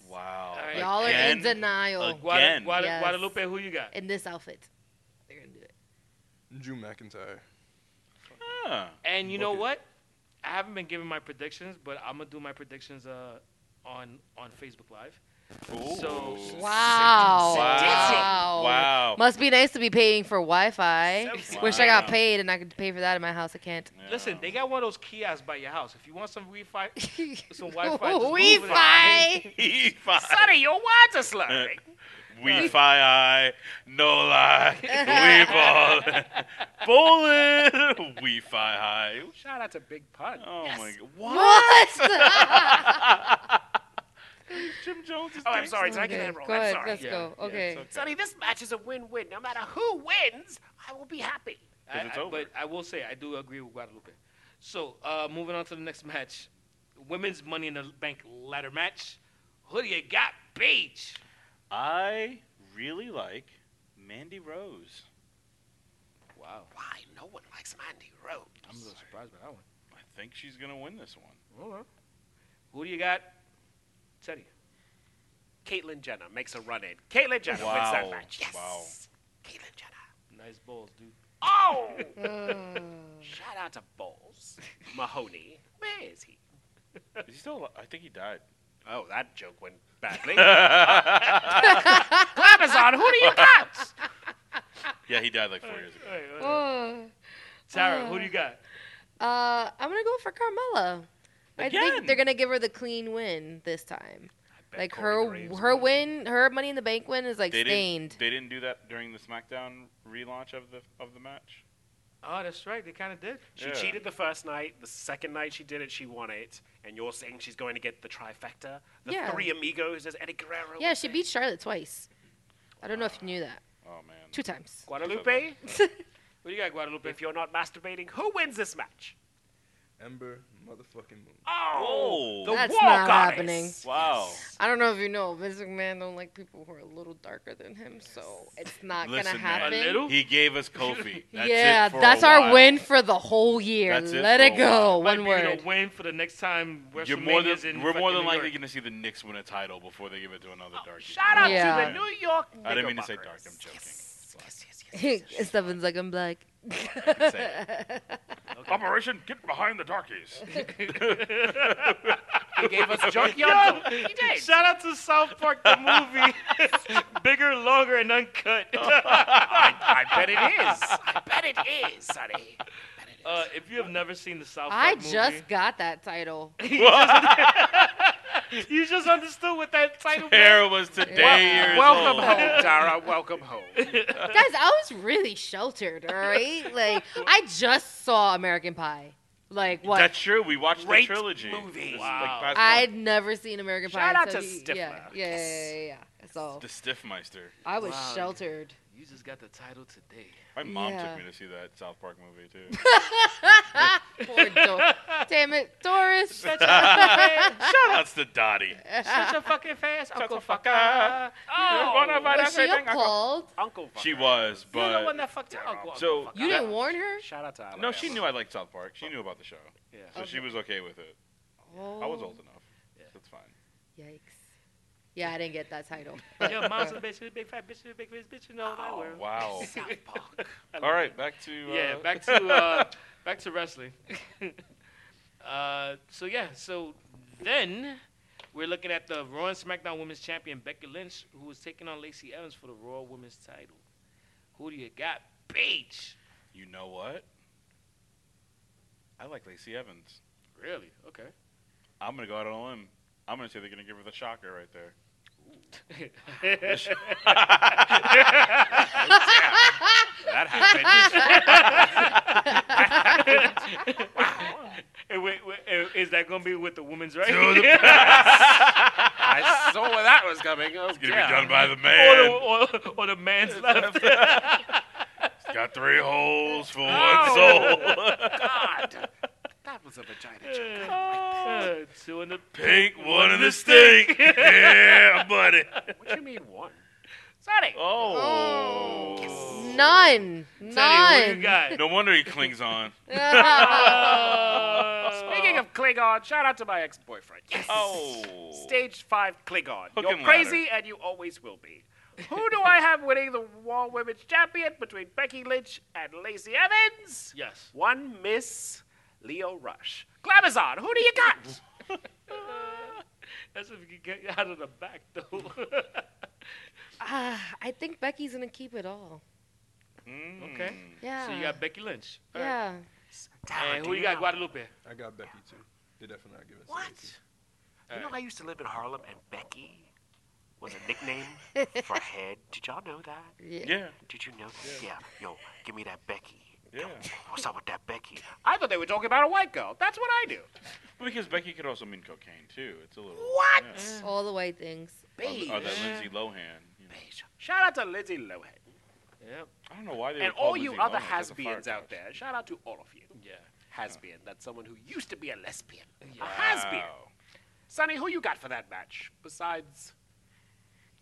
All
Wow.
right.
Y'all are in
Again?
denial
Ag-
Guada-
Again.
Guada-
Yes.
Guadalupe, who you got?
in this outfit. They're gonna do it.
Drew McIntyre.
Ah.
And you know
Okay.
what? I haven't been giving my predictions, but I'm gonna do my predictions uh, on on Facebook Live.
Ooh.
So-
Wow.
Wow. Wow.
Must be nice to be paying for Wi-Fi.
So
Wish I got
Wow.
paid and I could pay for that in my house. I can't.
Yeah.
Listen, they got one of those kiosks by your house. If you want some Wi-Fi, some Wi-Fi, just Google it.
Wi-Fi.
Wi-Fi.
Sonny, your words are slurring.
Wi-Fi. No lie. We ball. Bowling. Wi-Fi high.
Shout out to Big Pun.
Oh my god. What?
What?
Jim Jones is
Oh, I'm
doing
sorry. Did I get
Okay,
that wrong?
Go
I'm
ahead.
sorry.
Let's go.
Yeah, yeah,
Okay.
it's
Sonny, this match is a win-win. No matter who wins, I will be happy.
'Cause
I-
it's
I-
over.
But I will say I do agree with Guadalupe. So uh, moving on to the next match, women's Money in the Bank ladder match. Who do you got, Beach.
I really like Mandy Rose.
Wow.
Why no one likes Mandy Rose?
I'm a little surprised by that one.
I think she's gonna win this one.
Who do you got? Teddy.
Caitlyn Jenner makes a run in. Caitlyn Jenner wins that
Wow.
match. Yes.
Wow.
Caitlyn Jenner.
Nice balls, dude.
Oh! Shout out to Bowles. Mahoney. Where is he?
Is he still? al- I think he died.
Oh, that joke went badly. Glamazon, who do you got? uh,
Yeah, he died like four years ago.
Ugh.
Tara, who do you got?
Uh, I'm gonna go for Carmella. I
Again?
think they're gonna give her the clean win this time.
bet
Like
Corey
her
Graves
her win, her Money in the Bank win is like
They
stained.
didn't. They didn't do that during the SmackDown relaunch of the of the match.
Oh, that's right. They kind of did.
She
Yeah.
cheated the first night. The second night she did it, she won it. And you're saying she's going to get the trifecta? The
Yeah.
three amigos as Eddie Guerrero?
Yeah,
would
she
say?
beat Charlotte twice. I don't know if you knew that.
Oh man.
Two times.
Guadalupe?
What do you got, Guadalupe?
if you're not masturbating, who wins this match?
Ember motherfucking Moon.
Oh! The
That's
war
not
goddess.
happening.
Wow.
I don't know if you know, Vince McMahon don't like people who are a little darker than him, so it's not
Listen,
gonna
man,
happen.
A little?
He gave us Kofi. That's
yeah,
it for a
that's our
while.
win for the whole year.
That's it
Let
for
it
a
go.
while.
Might
One
be
word.
the win for the next time
You're more than,
WrestleMania's in
we're more
fucking
than
New
likely
York.
going to see the Knicks win a title before they give it to another dark.
Shout out
Yeah.
to the New York
I didn't mean to say
Knickerbockers.
dark. I'm joking.
Stefan's like I'm black.
I didn't say it. Operation, get behind the darkies.
He gave us Junkyard. Dog. he did.
Shout out to South Park the movie, bigger, longer, and uncut.
I bet it is. I bet it is, Sonny.
Uh, if you have never seen the South Park
I
movie,
just got that title.
you just understood what that title meant.
Hair was today years
Welcome
old.
home, Tara. Welcome home.
Guys, I was really sheltered, all right? Like I just saw American Pie. Like what?
That's true. We watched
Great
the trilogy.
movie.
This is
Wow.
Like past
I'd never seen American
Shout
Pie.
out
so
to
he-
Stifler.
yeah, yeah, yeah, yeah, yeah, yeah. So
month. the Stiffmeister.
I was
Wow.
sheltered.
You just got the title today.
My mom
Yeah.
took me to see that South Park movie too.
Poor Dor- Damn it, Doris.
Shout outs to Dottie.
Such a fucking fast Uncle Fucker.
Oh,
Was she appalled?
Uncle.
She
Fucker.
was, but
You're the one that fucked your uncle.
So-
Uncle Fucker.
You didn't warn her?
Shout out to Alabama.
no, she knew I liked South Park. She knew about the show,
Yeah.
so she was okay with it. I was old enough. That's fine.
Yikes. Yeah, I didn't get that title.
Your mom's a bitch. She's a big fat bitch. She's a big bitch. Bitch, you know that
Oh,
word.
wow.
South Park.
All right, back to uh,
Yeah, back to uh, back to wrestling. uh, so yeah, so then we're looking at the Raw and SmackDown Women's Champion Becky Lynch, who is taking on Lacey Evans for the Raw Women's Title. Who do you got, Paige?
You know what? I like Lacey Evans.
Really? Okay.
I'm gonna go out on a limb. I'm gonna say they're gonna give her the shocker right there.
That happened.
And wait, wait, eh, is that gonna be with the women's right?
I saw where that was coming. Oh,
It's gonna
yeah.
be done by the
or,
man.
the, or, or the man's left?
It's got three holes
Oh.
for one soul.
God. That was a vagina joke.
Uh, two in the
Pink, one in the stink. yeah, buddy.
What do you mean one? Sonny.
Oh.
None.
Teddy, who you
None.
got?
No wonder he clings on.
Speaking of Klingon, shout out to my ex-boyfriend. Yes.
Oh.
Stage five Klingon.
Hook
You're
and
crazy and you always will be. Who do I have winning the Raw Women's Champion between Becky Lynch and Lacey Evans?
Yes.
One Miss Leo Rush. Glamazon, who do you got?
That's if you can get out of the back though.
Ah, I think Becky's gonna keep it all.
Mm.
okay.
Yeah.
So you got Becky Lynch. All right.
Yeah.
And who you got, Guadalupe?
I got Becky too. They definitely not giving it to
What?
Lacey.
Uh,
You know, I used to live in Harlem, and Becky was a nickname for head. Did y'all know that?
Yeah.
Did you know that? Yeah. Yo, give me that Becky.
Yeah.
What's up with that Becky? I thought they were talking about a white girl. That's what I do.
But because Becky could also mean cocaine too. It's a little.
What?
Yeah.
All the white things.
Beige.
Or, or that Lindsay Lohan. you know.
Beige. Shout out to Lindsay Lohan.
Yep.
I don't know why they.
And
would call
all you
Lindsay
other
Lohan as a
has-beens
fire
out
coach.
there. Shout out to all of you.
Yeah.
Has-been. That's someone who used to be a lesbian. A
Wow.
has-been. Sonny, who you got for that match? Besides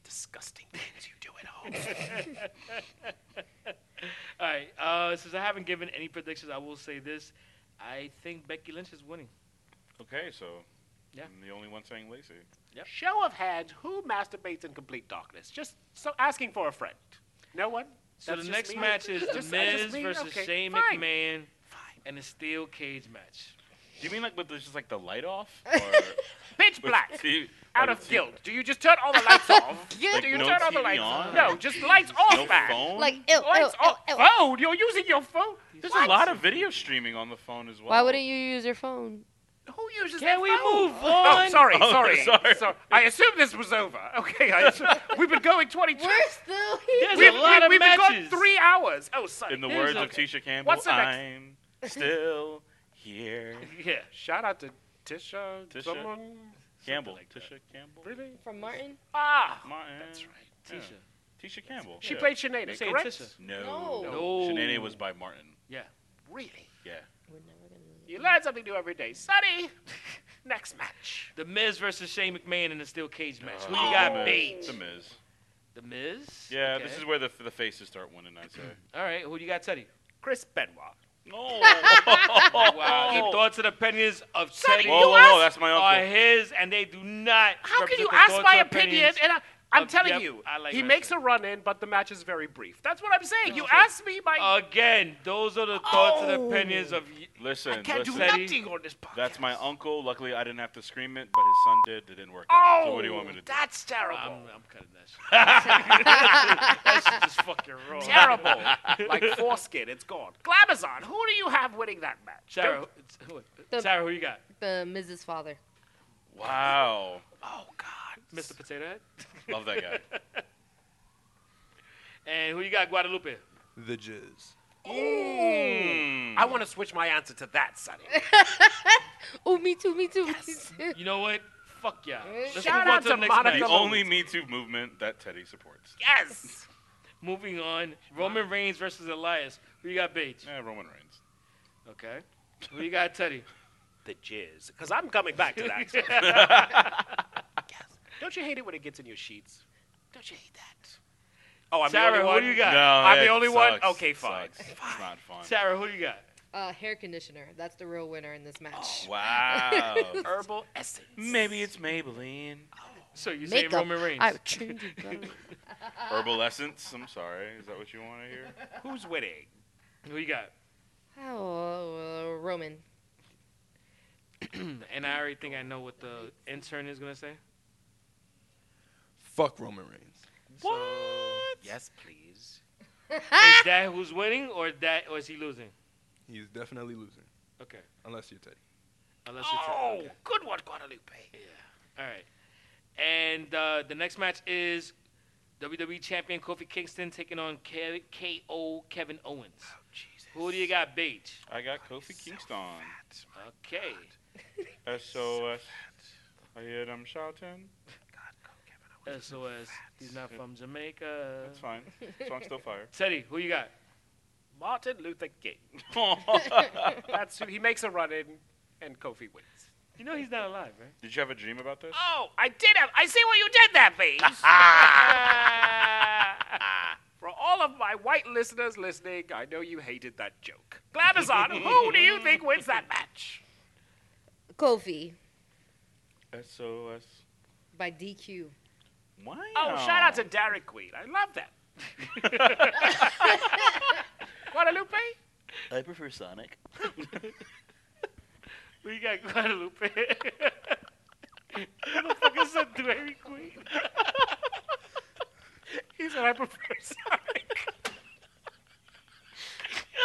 disgusting things you do at home.
All right. Uh, since I haven't given any predictions, I will say this: I think Becky Lynch is winning.
Okay, so
Yeah.
I'm the only one saying Lacey.
Show of hands, who masturbates in complete darkness? Just so asking for a friend. No one?
So
That's
the
just
next
me?
match is
Just-
The
I just
Miz
mean,
versus
okay,
Shane
fine.
McMahon in a steel cage match.
Do you mean like with the, just like the light off?
Pitch black.
TV,
Out of guilt. Do you just turn all the lights off?
Like,
Do you
no
turn all the
TV
lights
on?
off? No, just lights off,
No
man.
phone?
Like, ew, ew,
lights
Oh,
off.
ew, ew.
Phone? You're using your phone?
There's a lot of video streaming on the phone as well.
Why wouldn't you use your phone?
Who uses
Can
their
we
phone?
move
Oh,
on?
sorry,
Oh,
sorry,
sorry.
sorry. I assume this was over. Okay, I assume, we've been going 22.
We're still
There's
here.
We've,
a lot of
we've been
matches.
going three hours. Oh, sorry.
In the
Here's
words of
okay.
Tisha Campbell,
What's the next-
I'm still here.
Yeah.
Shout out to Tisha.
Tisha?
Someone.
Campbell.
like that.
Tisha Campbell.
Really?
From Martin?
Ah,
Martin.
that's right.
Yeah.
Tisha.
Tisha Campbell.
She
yeah.
played
You're
Sinead,
saying
correct?
Tisha.
No.
No.
No.
Shanae was by Martin.
Yeah.
Really?
Yeah.
We're never gonna lose.
You learn something new every day. Sonny, next match.
The Miz versus Shane McMahon in a steel cage match. Who
Uh,
you got,
The Miz.
Paige?
The Miz.
The Miz.
Yeah,
Okay.
this is where the the faces start winning. I say.
All right. Who do you got, Teddy?
Chris Benoit.
No. Oh,
Wow. Your thoughts and opinions of
Sonny,
Teddy
Whoa, whoa,
you
whoa!
asked-
That's my
are
uncle.
his, and they do not.
How can you
represent the
ask
thoughts
my
or
opinion?
opinions
And I, I'm
of-
telling
yep,
you,
I like
he
wrestling.
makes a run in, but the match is very brief. That's what I'm saying. You ask me my.
Uh, Again, those are the thoughts and
Oh.
opinions of. y-
Listen,
I can't do
listen.
Teddy,
nothing on this podcast.
That's my uncle. Luckily, I didn't have to scream it, but his son did. It didn't work.
Oh,
Out. So what do you want me to do?
that's terrible.
I'm, I'm cutting that shit. that shit just fucking wrong.
terrible. like foreskin, it's gone. Glamazon, who do you have winning that match?
Sarah,
Don't-
it's- who-
The-
Sarah, who you got?
The Miz's father.
Wow,
Oh God.
Mr. Potato Head.
love that guy.
And who you got, Guadalupe?
The jizz.
Hmm.
I want to switch my answer to that, Sonny.
Oh, me too, me too, me too.
You know what? Fuck yeah. Let's
Shout
move on
out
the
to
next
Monica
match.
the
Come
only Me Too movement that Teddy supports.
yes.
Moving on, Roman Reigns versus Elias. Who you got, Paige?
Yeah, Roman Reigns.
Okay. Who you got, Teddy?
The jizz, because I'm coming back to that. yes. Don't you hate it when it gets in your sheets? Don't you hate that? Oh, I'm
Sarah,
the only
who
one.
do you got?
No,
I'm the
that
only one?
sucks.
Okay, fine.
Sucks. It's not fun.
Sarah, who you got?
Uh, hair conditioner. That's the real winner in this
Oh,
match.
Wow.
Herbal essence.
Maybe it's Maybelline.
So you say
Makeup.
Roman Reigns?
I trained you, brother.
Herbal Essence. I'm sorry. Is that what you want to hear?
Who's winning?
Who you got?
Oh, uh, Roman.
Mm, and I already think I know what the intern is gonna say.
Fuck Roman Reigns.
What?
Yes, please.
is that who's winning, or that, or is he losing?
He's definitely losing,
Okay.
unless you're Teddy.
Unless you tell.
Oh,
Okay.
good one, Guadalupe.
All right. And uh, the next match is WWE Champion Kofi Kingston taking on K- KO Kevin Owens.
Oh, Jesus.
Who do you got, Bait?
I got Kofi Kingston.
Okay.
SOS. I hear them shouting.
SOS. He's not from Jamaica.
That's fine. So I'm still fired.
Teddy, who you got?
Martin Luther King.
Did
That's who he makes a run in, and Kofi wins.
You know he's not alive, right?
you have a dream about this?
Oh, I did have. I see what you did there, Bees. For all of my white listeners listening, I know you hated that joke. Glamazon, who do you think wins that match?
Kofi
SOS.
by DQ.
Wow.
Oh, shout out to Derek Queen. I love that. Guadalupe?
I prefer Sonic.
Who you got, Guadalupe? Who the fuck is a Dairy Queen?
He said I prefer Sonic.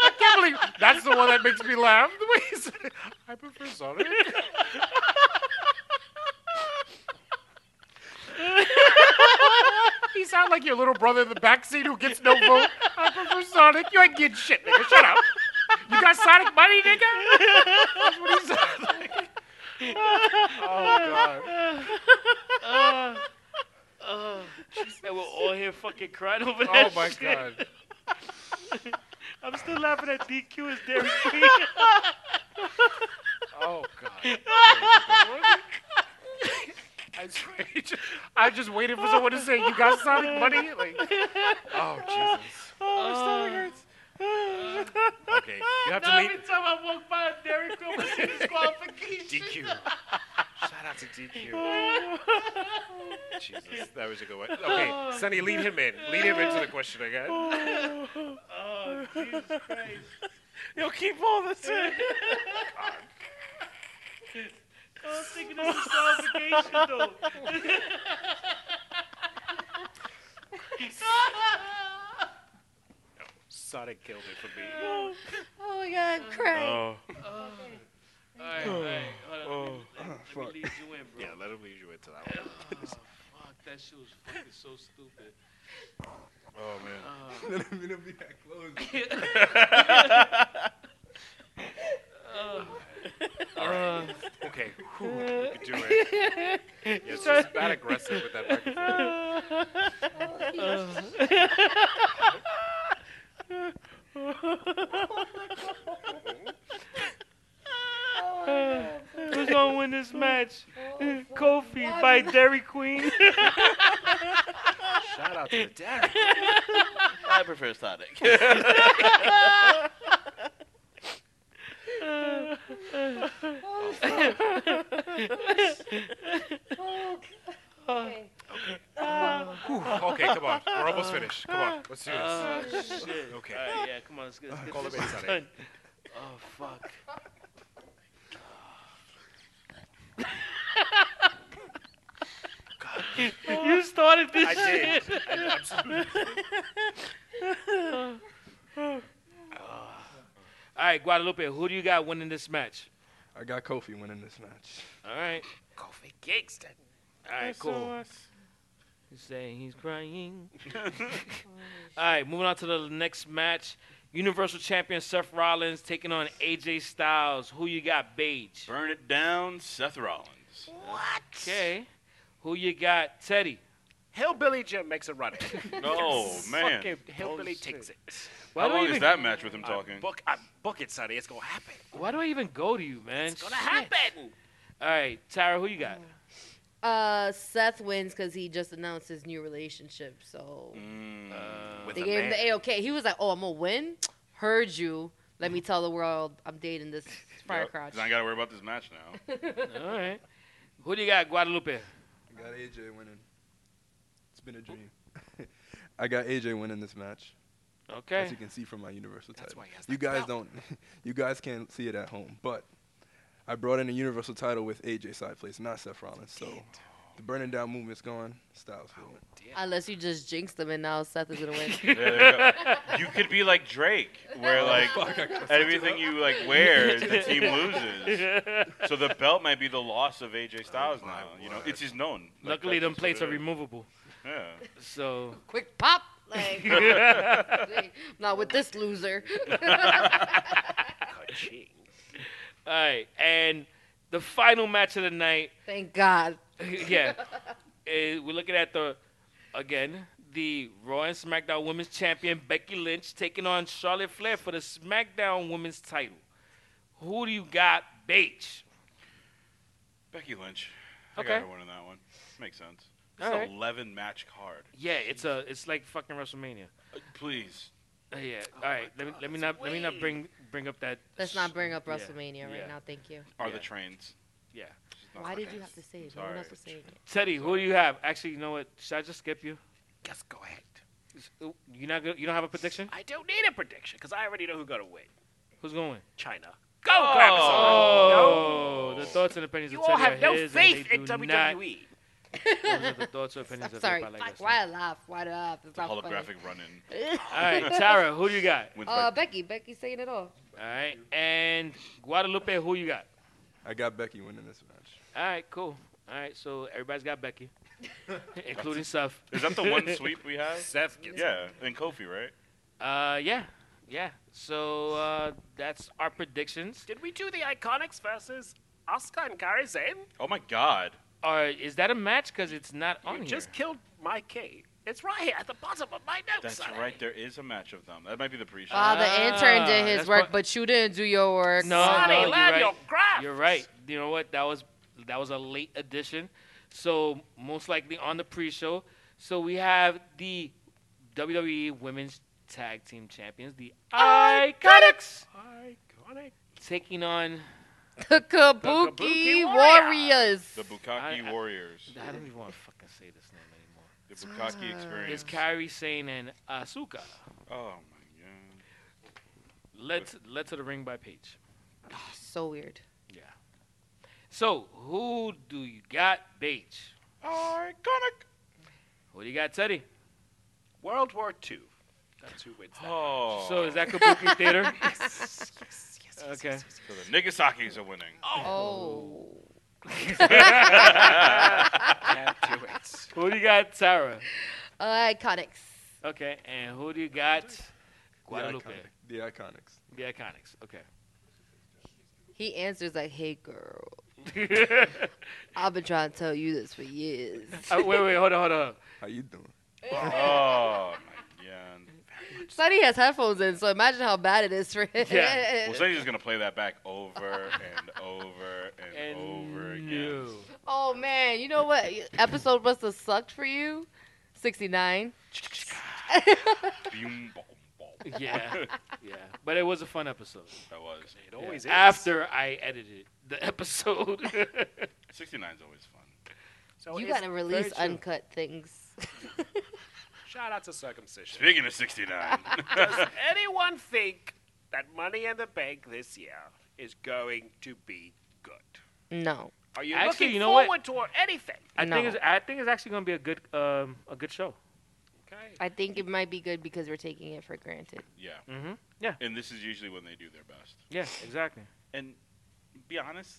I can't believe that's the one that makes me laugh. The way he said it. I prefer Sonic. he sounds like your little brother in the backseat who gets no vote. I prefer Sonic. You ain't getting shit, nigga. Shut up. You got Sonic money, nigga? That's what he sounds like.
Oh,
And we're all here fucking crying over
Oh
that
my
shit.
God.
I'm still laughing at DQ as Dairy Queen.
Oh God.
I I swear, you just- I just waited for someone to say, "You got Sonic money?" Like, oh Jesus! Oh, my stomach hurts.
Uh, Okay, you have to leave.
time I walk by a Derek Roman
DQ. Shout out to
Oh.
DQ.
DQ.
Jesus, that was a good one. Okay, Sonny, lead him in. Lead him into the question again.
oh, Jesus Christ.
You'll keep all this in.
I was thinking this is qualification, though.
Sonic killed it for me.
Oh my god, I'm crying.
Oh.
Alright, alright. Hold on. Let me, let,
fuck.
let me lead you in, bro.
Yeah, let him lead you into that one.
Fuck, that shit was fucking so stupid.
Oh man.
Let me know if we got
All right. okay. Whew, we can do it. Yeah, it's just not aggressive with that
Who's gonna win this match? Kofi by Dairy Queen.
Shout out to the
dad.
I prefer Sonic.
Okay. Whew, okay, come on. We're almost finished. Come on. Let's do this.
Oh, shit.
Okay.
Alright, yeah, come on, let's get, let's get
Call
this
it in,
shit
Sonny.
done. Oh, fuck. you started this
I
shit.
did. I absolutely-
All right, Guadalupe, who do you got winning this match?
I got Kofi winning this match.
All right.
Kofi Kingston.
All right,
That's
cool. He's saying he's crying. All right, moving on to the next match. Universal Champion Seth Rollins taking on AJ Styles. Who you got, Paige?
Burn it down, Seth Rollins.
What? Okay. Who you got, Teddy?
Hillbilly Jim makes a run.
Oh, man.
Fucking Hillbilly
Holy
takes it.
How long is that match with him
I
talking?
book, I book it, Sonny. It's gonna happen.
Why do I even go to you, man? It's
Gonna happen.
All right, Tyra, who you got? Oh.
Uh, Seth wins because he just announced his new relationship. So
Mm,
Hmm.
Uh,
Uh,
With
they
a
gave him
man.
the a okay. He was like, "Oh, I'm gonna win." Heard you. Let
Mm.
me tell the world I'm dating this fire crotch.
'Cause I ain't gotta worry about this match now.
All right. Who do you got, Guadalupe?
I got AJ winning. It's been a dream. I got AJ winning this match.
Okay.
As you can see from my universal title.
why he has
you
that
guys
belt.
don't you guys can't see it at home, but I brought in a universal title with AJ side place, not Seth Rollins. So the burning down movement's gone. Styles winning.
Unless you just jinxed them and now Seth is gonna win.
There you, go. You could be like Drake, where
Oh,
like
fuck, I gotta
everything you like wear, the team loses. So the belt might be the loss of AJ Styles now. You know, it's just known. Like,
Luckily,
that's
them
just
plates
what
are
it is.
removable.
Yeah.
So.
Quick pop. Like, not with this loser.
Ka-ching. All right, and the final match of the night.
Thank God.
yeah, Eh, we're looking at the again the Raw and SmackDown Women's Champion Becky Lynch taking on Charlotte Flair for the SmackDown Women's title. Who do you got, Bache?
Becky Lynch. I
Okay.
got her winning that one. Makes sense. It's
All right.
an 11 match card.
Yeah, it's a it's like fucking WrestleMania.
Please.
Uh, yeah. All right. Let me let me not let me not bring bring up that.
Let's not bring up WrestleMania right
yeah.
now. Thank you.
Are the trains?
Yeah.
Why did you have to say it? No one
Sorry.
else was saying it.
Teddy, who do you have? Actually, you know what? Should I just skip you?
Just go ahead.
You not go- you don't have a prediction?
I don't need a prediction because I already know who's gonna win.
Who's going?
China. Go, grab
Oh, the thoughts and opinions
You
of
all
Teddy
have
are
no
his, and
faith
they
in E.
do
WWE.
Not, those are the thoughts or opinions
I'm
of
sorry.
Everybody
Fuck,
Listening.
why I laugh? Why did I laugh? It's
The
not funny.
holographic run in.
All right, Tara, who do you got?
Uh, Becky. Becky's saying it all.
All right, and Guadalupe, who you got?
I got Becky winning this match.
All right, cool. All right, so everybody's got Becky, including Seth.
Is that the one sweep we have?
Seth gets
Yeah, and Kofi, right?
Uh, yeah, yeah. So uh, that's our predictions.
Did we do the Iconics versus Oscar and Kairi Sane?
Oh my God.
Or is that a match? Because it's not on
You
here.
just killed my K. It's right here at the bottom of my notes.
That's right. There is a match of them. That might be the pre-show.
Ah, the intern did his
that's
work,
part-
but you didn't do your work.
Oh, No, no, you're
land
right.
your craft.
You're right. You know what? That was that was a late addition. So most likely on the pre-show. So we have the WWE Women's Tag Team Champions, the Iconics,
Iconic.
taking on
The Kabuki, Warriors.
The Bukaki Warriors.
I don't even want to fucking say this name
anymore. The Bukaki
Uh,
Experience.
It's Kairi Sane and Asuka.
Oh my
Led to, led to the ring by Paige.
So weird.
Yeah. So who do you got, Paige?
Oh,
Iconic.
What do you got, Teddy?
World War II. That's who wins that.
Oh.
So is that Kabuki Theater?
yes, yes, yes.
Okay.
So the Nigasaki's are winning.
Oh.
Can't
do it.
Who do you got, Tara?
Uh, Iconics.
Okay, and who do you got? Guadalupe.
The Iconics.
The Iconics. Okay.
He answers like, "Hey, girl." I've been trying to tell you this for years.
Uh, wait, wait, hold on, hold on.
How you doing?
Oh my god.
Sonny has headphones in, so imagine how bad it is for him.
Yeah. well, Sadie's gonna play that back over and over and, over again.
Oh man, you know what? Episode must have sucked for you. Sixty nine.
Boom, boom, boom.
Yeah, yeah. But it was a fun episode.
That was.
It
always is.
After I edited the episode.
69 is always fun.
So
you
Oh, it's
gotta release
very true.
uncut things.
Shout out to circumcision.
Speaking of 69.
Does anyone think that Money in the Bank this year is going to be good?
No.
Are you
Actually,
looking
you know what?
forward toward anything?
I think
No.
it's I think it's actually gonna be a good um a good show.
Okay.
I think it might be good because we're taking it for granted.
Yeah.
Mm-hmm. Yeah.
And this is usually when they do their best.
Yeah, exactly.
And be honest,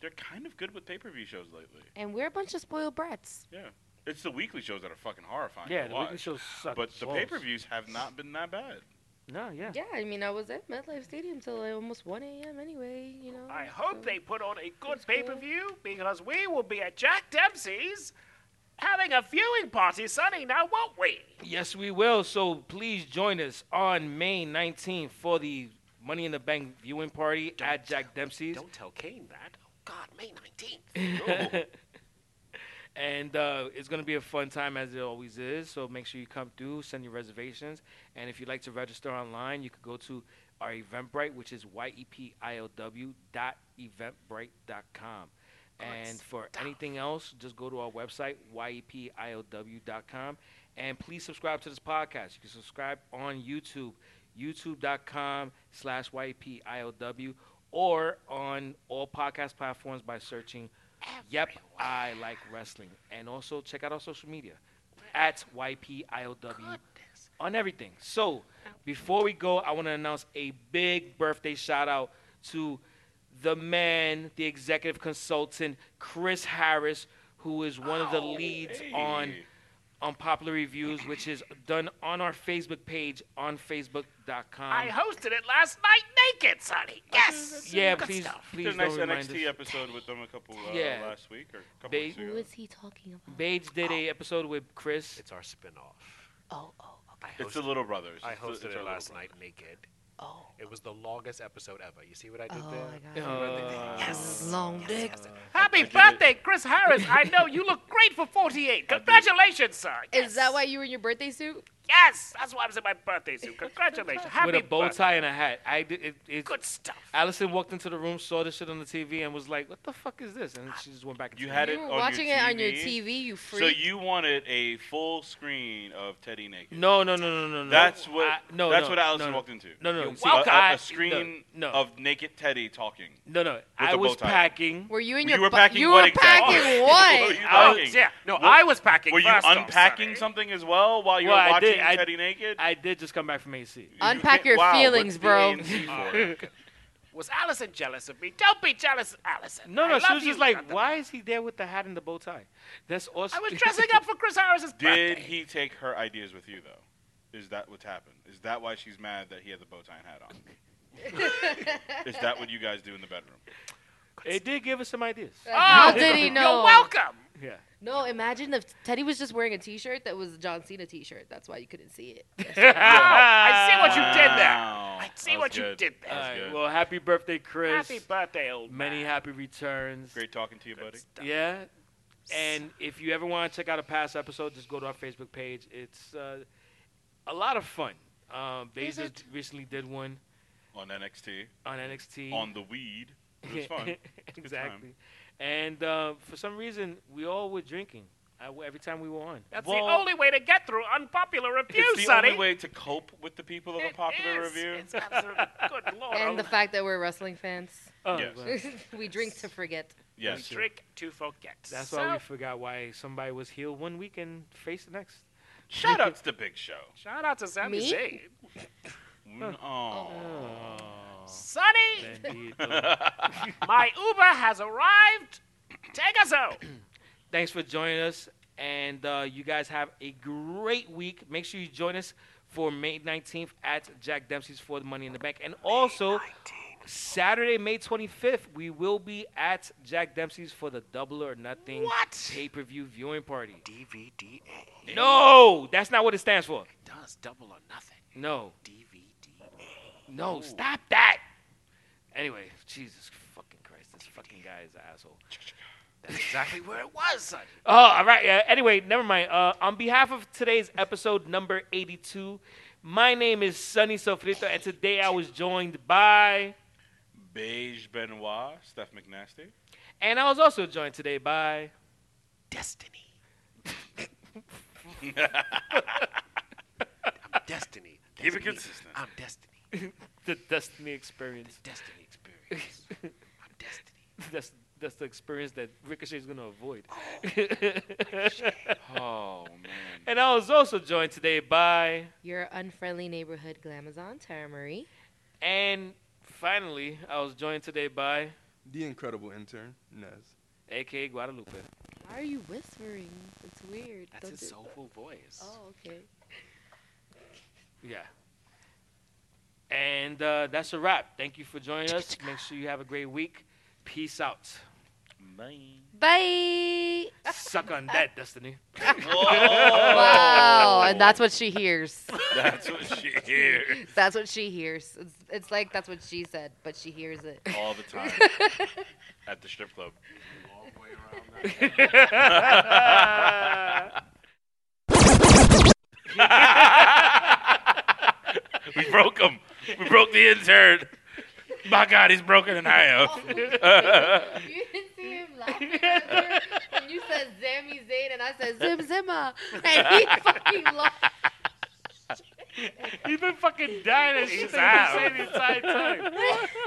they're kind of good with pay per view shows lately.
And we're a bunch of spoiled brats.
Yeah. It's the weekly shows that are fucking horrifying.
Yeah,
to
the weekly
watch.
shows suck
But the
balls.
pay per views have not been that bad.
No, yeah.
Yeah, I mean, I was at MetLife Stadium till like almost 1 a.m. anyway, you know.
I hope
so-
they put on a good pay per view because we will be at Jack Dempsey's having a viewing party Sunday now, won't we?
Yes, we will. So please join us on May 19th for the Money in the Bank viewing party at Jack Dempsey's.
Don't tell Kane that. Oh, God, May 19th.
and uh, it's going to be a fun time as it always is. So make sure you come through, send your reservations. And if you'd like to register online, you could go to our Eventbrite, which is E yepilw.eventbrite.com. And for anything else, just go to our website, E yepilw.com. And please subscribe to this podcast. You can subscribe on YouTube, youtube.com slash E yepilw, or on all podcast platforms by searching Yep, I like wrestling. And also check out our social media at E YPIOW on everything. So before we go, I want to announce a big birthday shout out to the man, the executive consultant, Chris Harris, who is one of the leads on Unpopular Reviews, which is done on our Facebook page on Facebook.com.
I hosted it last night naked, Sonny. Yes.
yeah,
Good
please,
stuff.
please
Did a nice
don't remind
NXT
us.
episode with them a couple uh,
Yeah.
last week or a couple
They-
weeks ago.
Who is he talking about?
Paige did a episode with Chris.
It's our spin-off.
Oh, oh,
I
It's the
hosted-
Little Brothers.
I
It's the- it's
hosted it
our Little
last
Brothers.
night naked.
oh.
It was the longest episode ever. You see what I did
Oh,
there?
I got
You
it.
know what I did there?
Uh,
yes.
Long
yes,
dick.
yes, yes. Happy
it-
birthday, Chris Harris. I know you look great for 48. Congratulations, sir. Yes.
Is that why you were in your birthday suit?
Yes, that's why I was in my birthday suit. Congratulations. Happy
with a bow
birthday.
tie and a hat. I did, it, it,
Good stuff.
Allison walked into the room, saw this shit on the TV, and was like, "What the fuck is this?" And she just went back.
You
into
had
you
it
were
on
watching
your
it
TV.
on your TV, you freak.
So you wanted a full screen of Teddy naked.
No, no, no, no, no, no.
That's what.
I- no,
that's
no,
what Allison
no, no.
walked into.
No, no,
A-
no. See,
a,
I-
a screen
no, no.
of naked Teddy talking.
No, no. I
a bow
was
tie.
packing.
were you in
you
your
were
bu-
packing
you
what
were
exactly?
packing
What were
what?
you
Oh,
packing?
yeah. No,
Were-
I was packing.
Were you
first off,
unpacking
Sonny.
something as well while you
Well,
were
I
watching
did- I-
Teddy naked?
I did just come back from AC.
Unpack your
Wow, what's
feelings,
the
bro.
ANC for?
Was Allison jealous of me? Don't be jealous, Allison.
No,
I
no. She
love
was
you.
just like,
Not that-
"Why is he there with the hat and the bow tie?" That's awesome.
I was dressing up for Chris Harris's
Did
birthday.
he take her ideas with you though? Is that what's happened? Is that why she's mad that he had the bow tie and hat on? Is that what you guys do in the bedroom?
It did give us some ideas.
How did he know?
Oh, You're welcome.
Yeah.
No, imagine if Teddy was just wearing a T-shirt that was a John Cena T-shirt. That's why you couldn't see it.
Oh, I see what you did there.
Wow.
I see
That
what
was
you
good.
did
All
there.
That's
right.
good.
Well, happy birthday, Chris.
Happy birthday, old
Many
man.
happy returns.
Great talking to you, buddy.
Yeah. And if you ever want to check out a past episode, just go to our Facebook page. It's uh, a lot of fun. Um, they
Is
just recently did one
on NXT.
on NXT
On the weed. It was fun. It was a good time.
exactly. And uh, for some reason, we all were drinking I, every time we were on.
That's
Well,
the only way to get through unpopular reviews,
It's the
Sonny.
only way to cope with the people of a popular
is.
review.
It's absolutely good lord.
and the
almighty.
fact that we're wrestling fans.
Oh, Yes.
we drink to forget.
Yes.
We drink to forget.
That's
so,
why we forgot why somebody was healed one week and faced the next.
Shout out
to Big Show.
Shout out to Sami
Me?
Zayn.
Oh.
Sonny, my Uber has arrived. Take us out.
Thanks for joining us, and uh, you guys have a great week. Make sure you join us for May 19th at Jack Dempsey's for the Money in the Bank, and also Saturday, May 25th, we will be at Jack Dempsey's for the Double or Nothing
What?
pay-per-view viewing party.
DVDA.
No, that's not what it stands for.
Does double or nothing.
No. DVD. No,
Ooh.
stop that. Anyway, Jesus fucking Christ, this fucking guy is an asshole.
That's exactly where it was, Sonny.
Oh, all right. Uh, anyway, never mind. Uh, on behalf of today's episode number 82, my name is Sunny Sofrito, and today I was joined by,
Beige Benoit, Steph McNasty.
and I was also joined today by.
Destiny.
Destiny.
Keep it consistent.
I'm Destiny.
the Destiny experience.
Destiny experience.
I'm Destiny. That's that's the experience that Ricochet is gonna avoid.
oh man.
And I was also joined today by,
Your unfriendly neighborhood glamazon, Tara Marie.
and finally, I was joined today by,
The incredible intern, Nez.
A.K. Guadalupe.
Why are you whispering? It's weird.
That's
Don't
his
do-
soulful voice.
Oh, okay.
Yeah. And uh, that's a wrap. Thank you for joining us. Make sure you have a great week. Peace out.
Bye.
Bye.
Suck on that, Destiny.
Wow, and that's what she hears.
That's what she hears
That's what she hears. It's, it's like that's what she said, but she hears it.
all the time at the strip club. we broke him. We broke the intern. My God, he's broken in
Oh,
Ohio.
you didn't see him laughing earlier when you said Zammy Zayn and I said Zim Zimma, and he fucking lost.
He's been fucking dying and
He's
shit that
out.
you've been saying the entire time.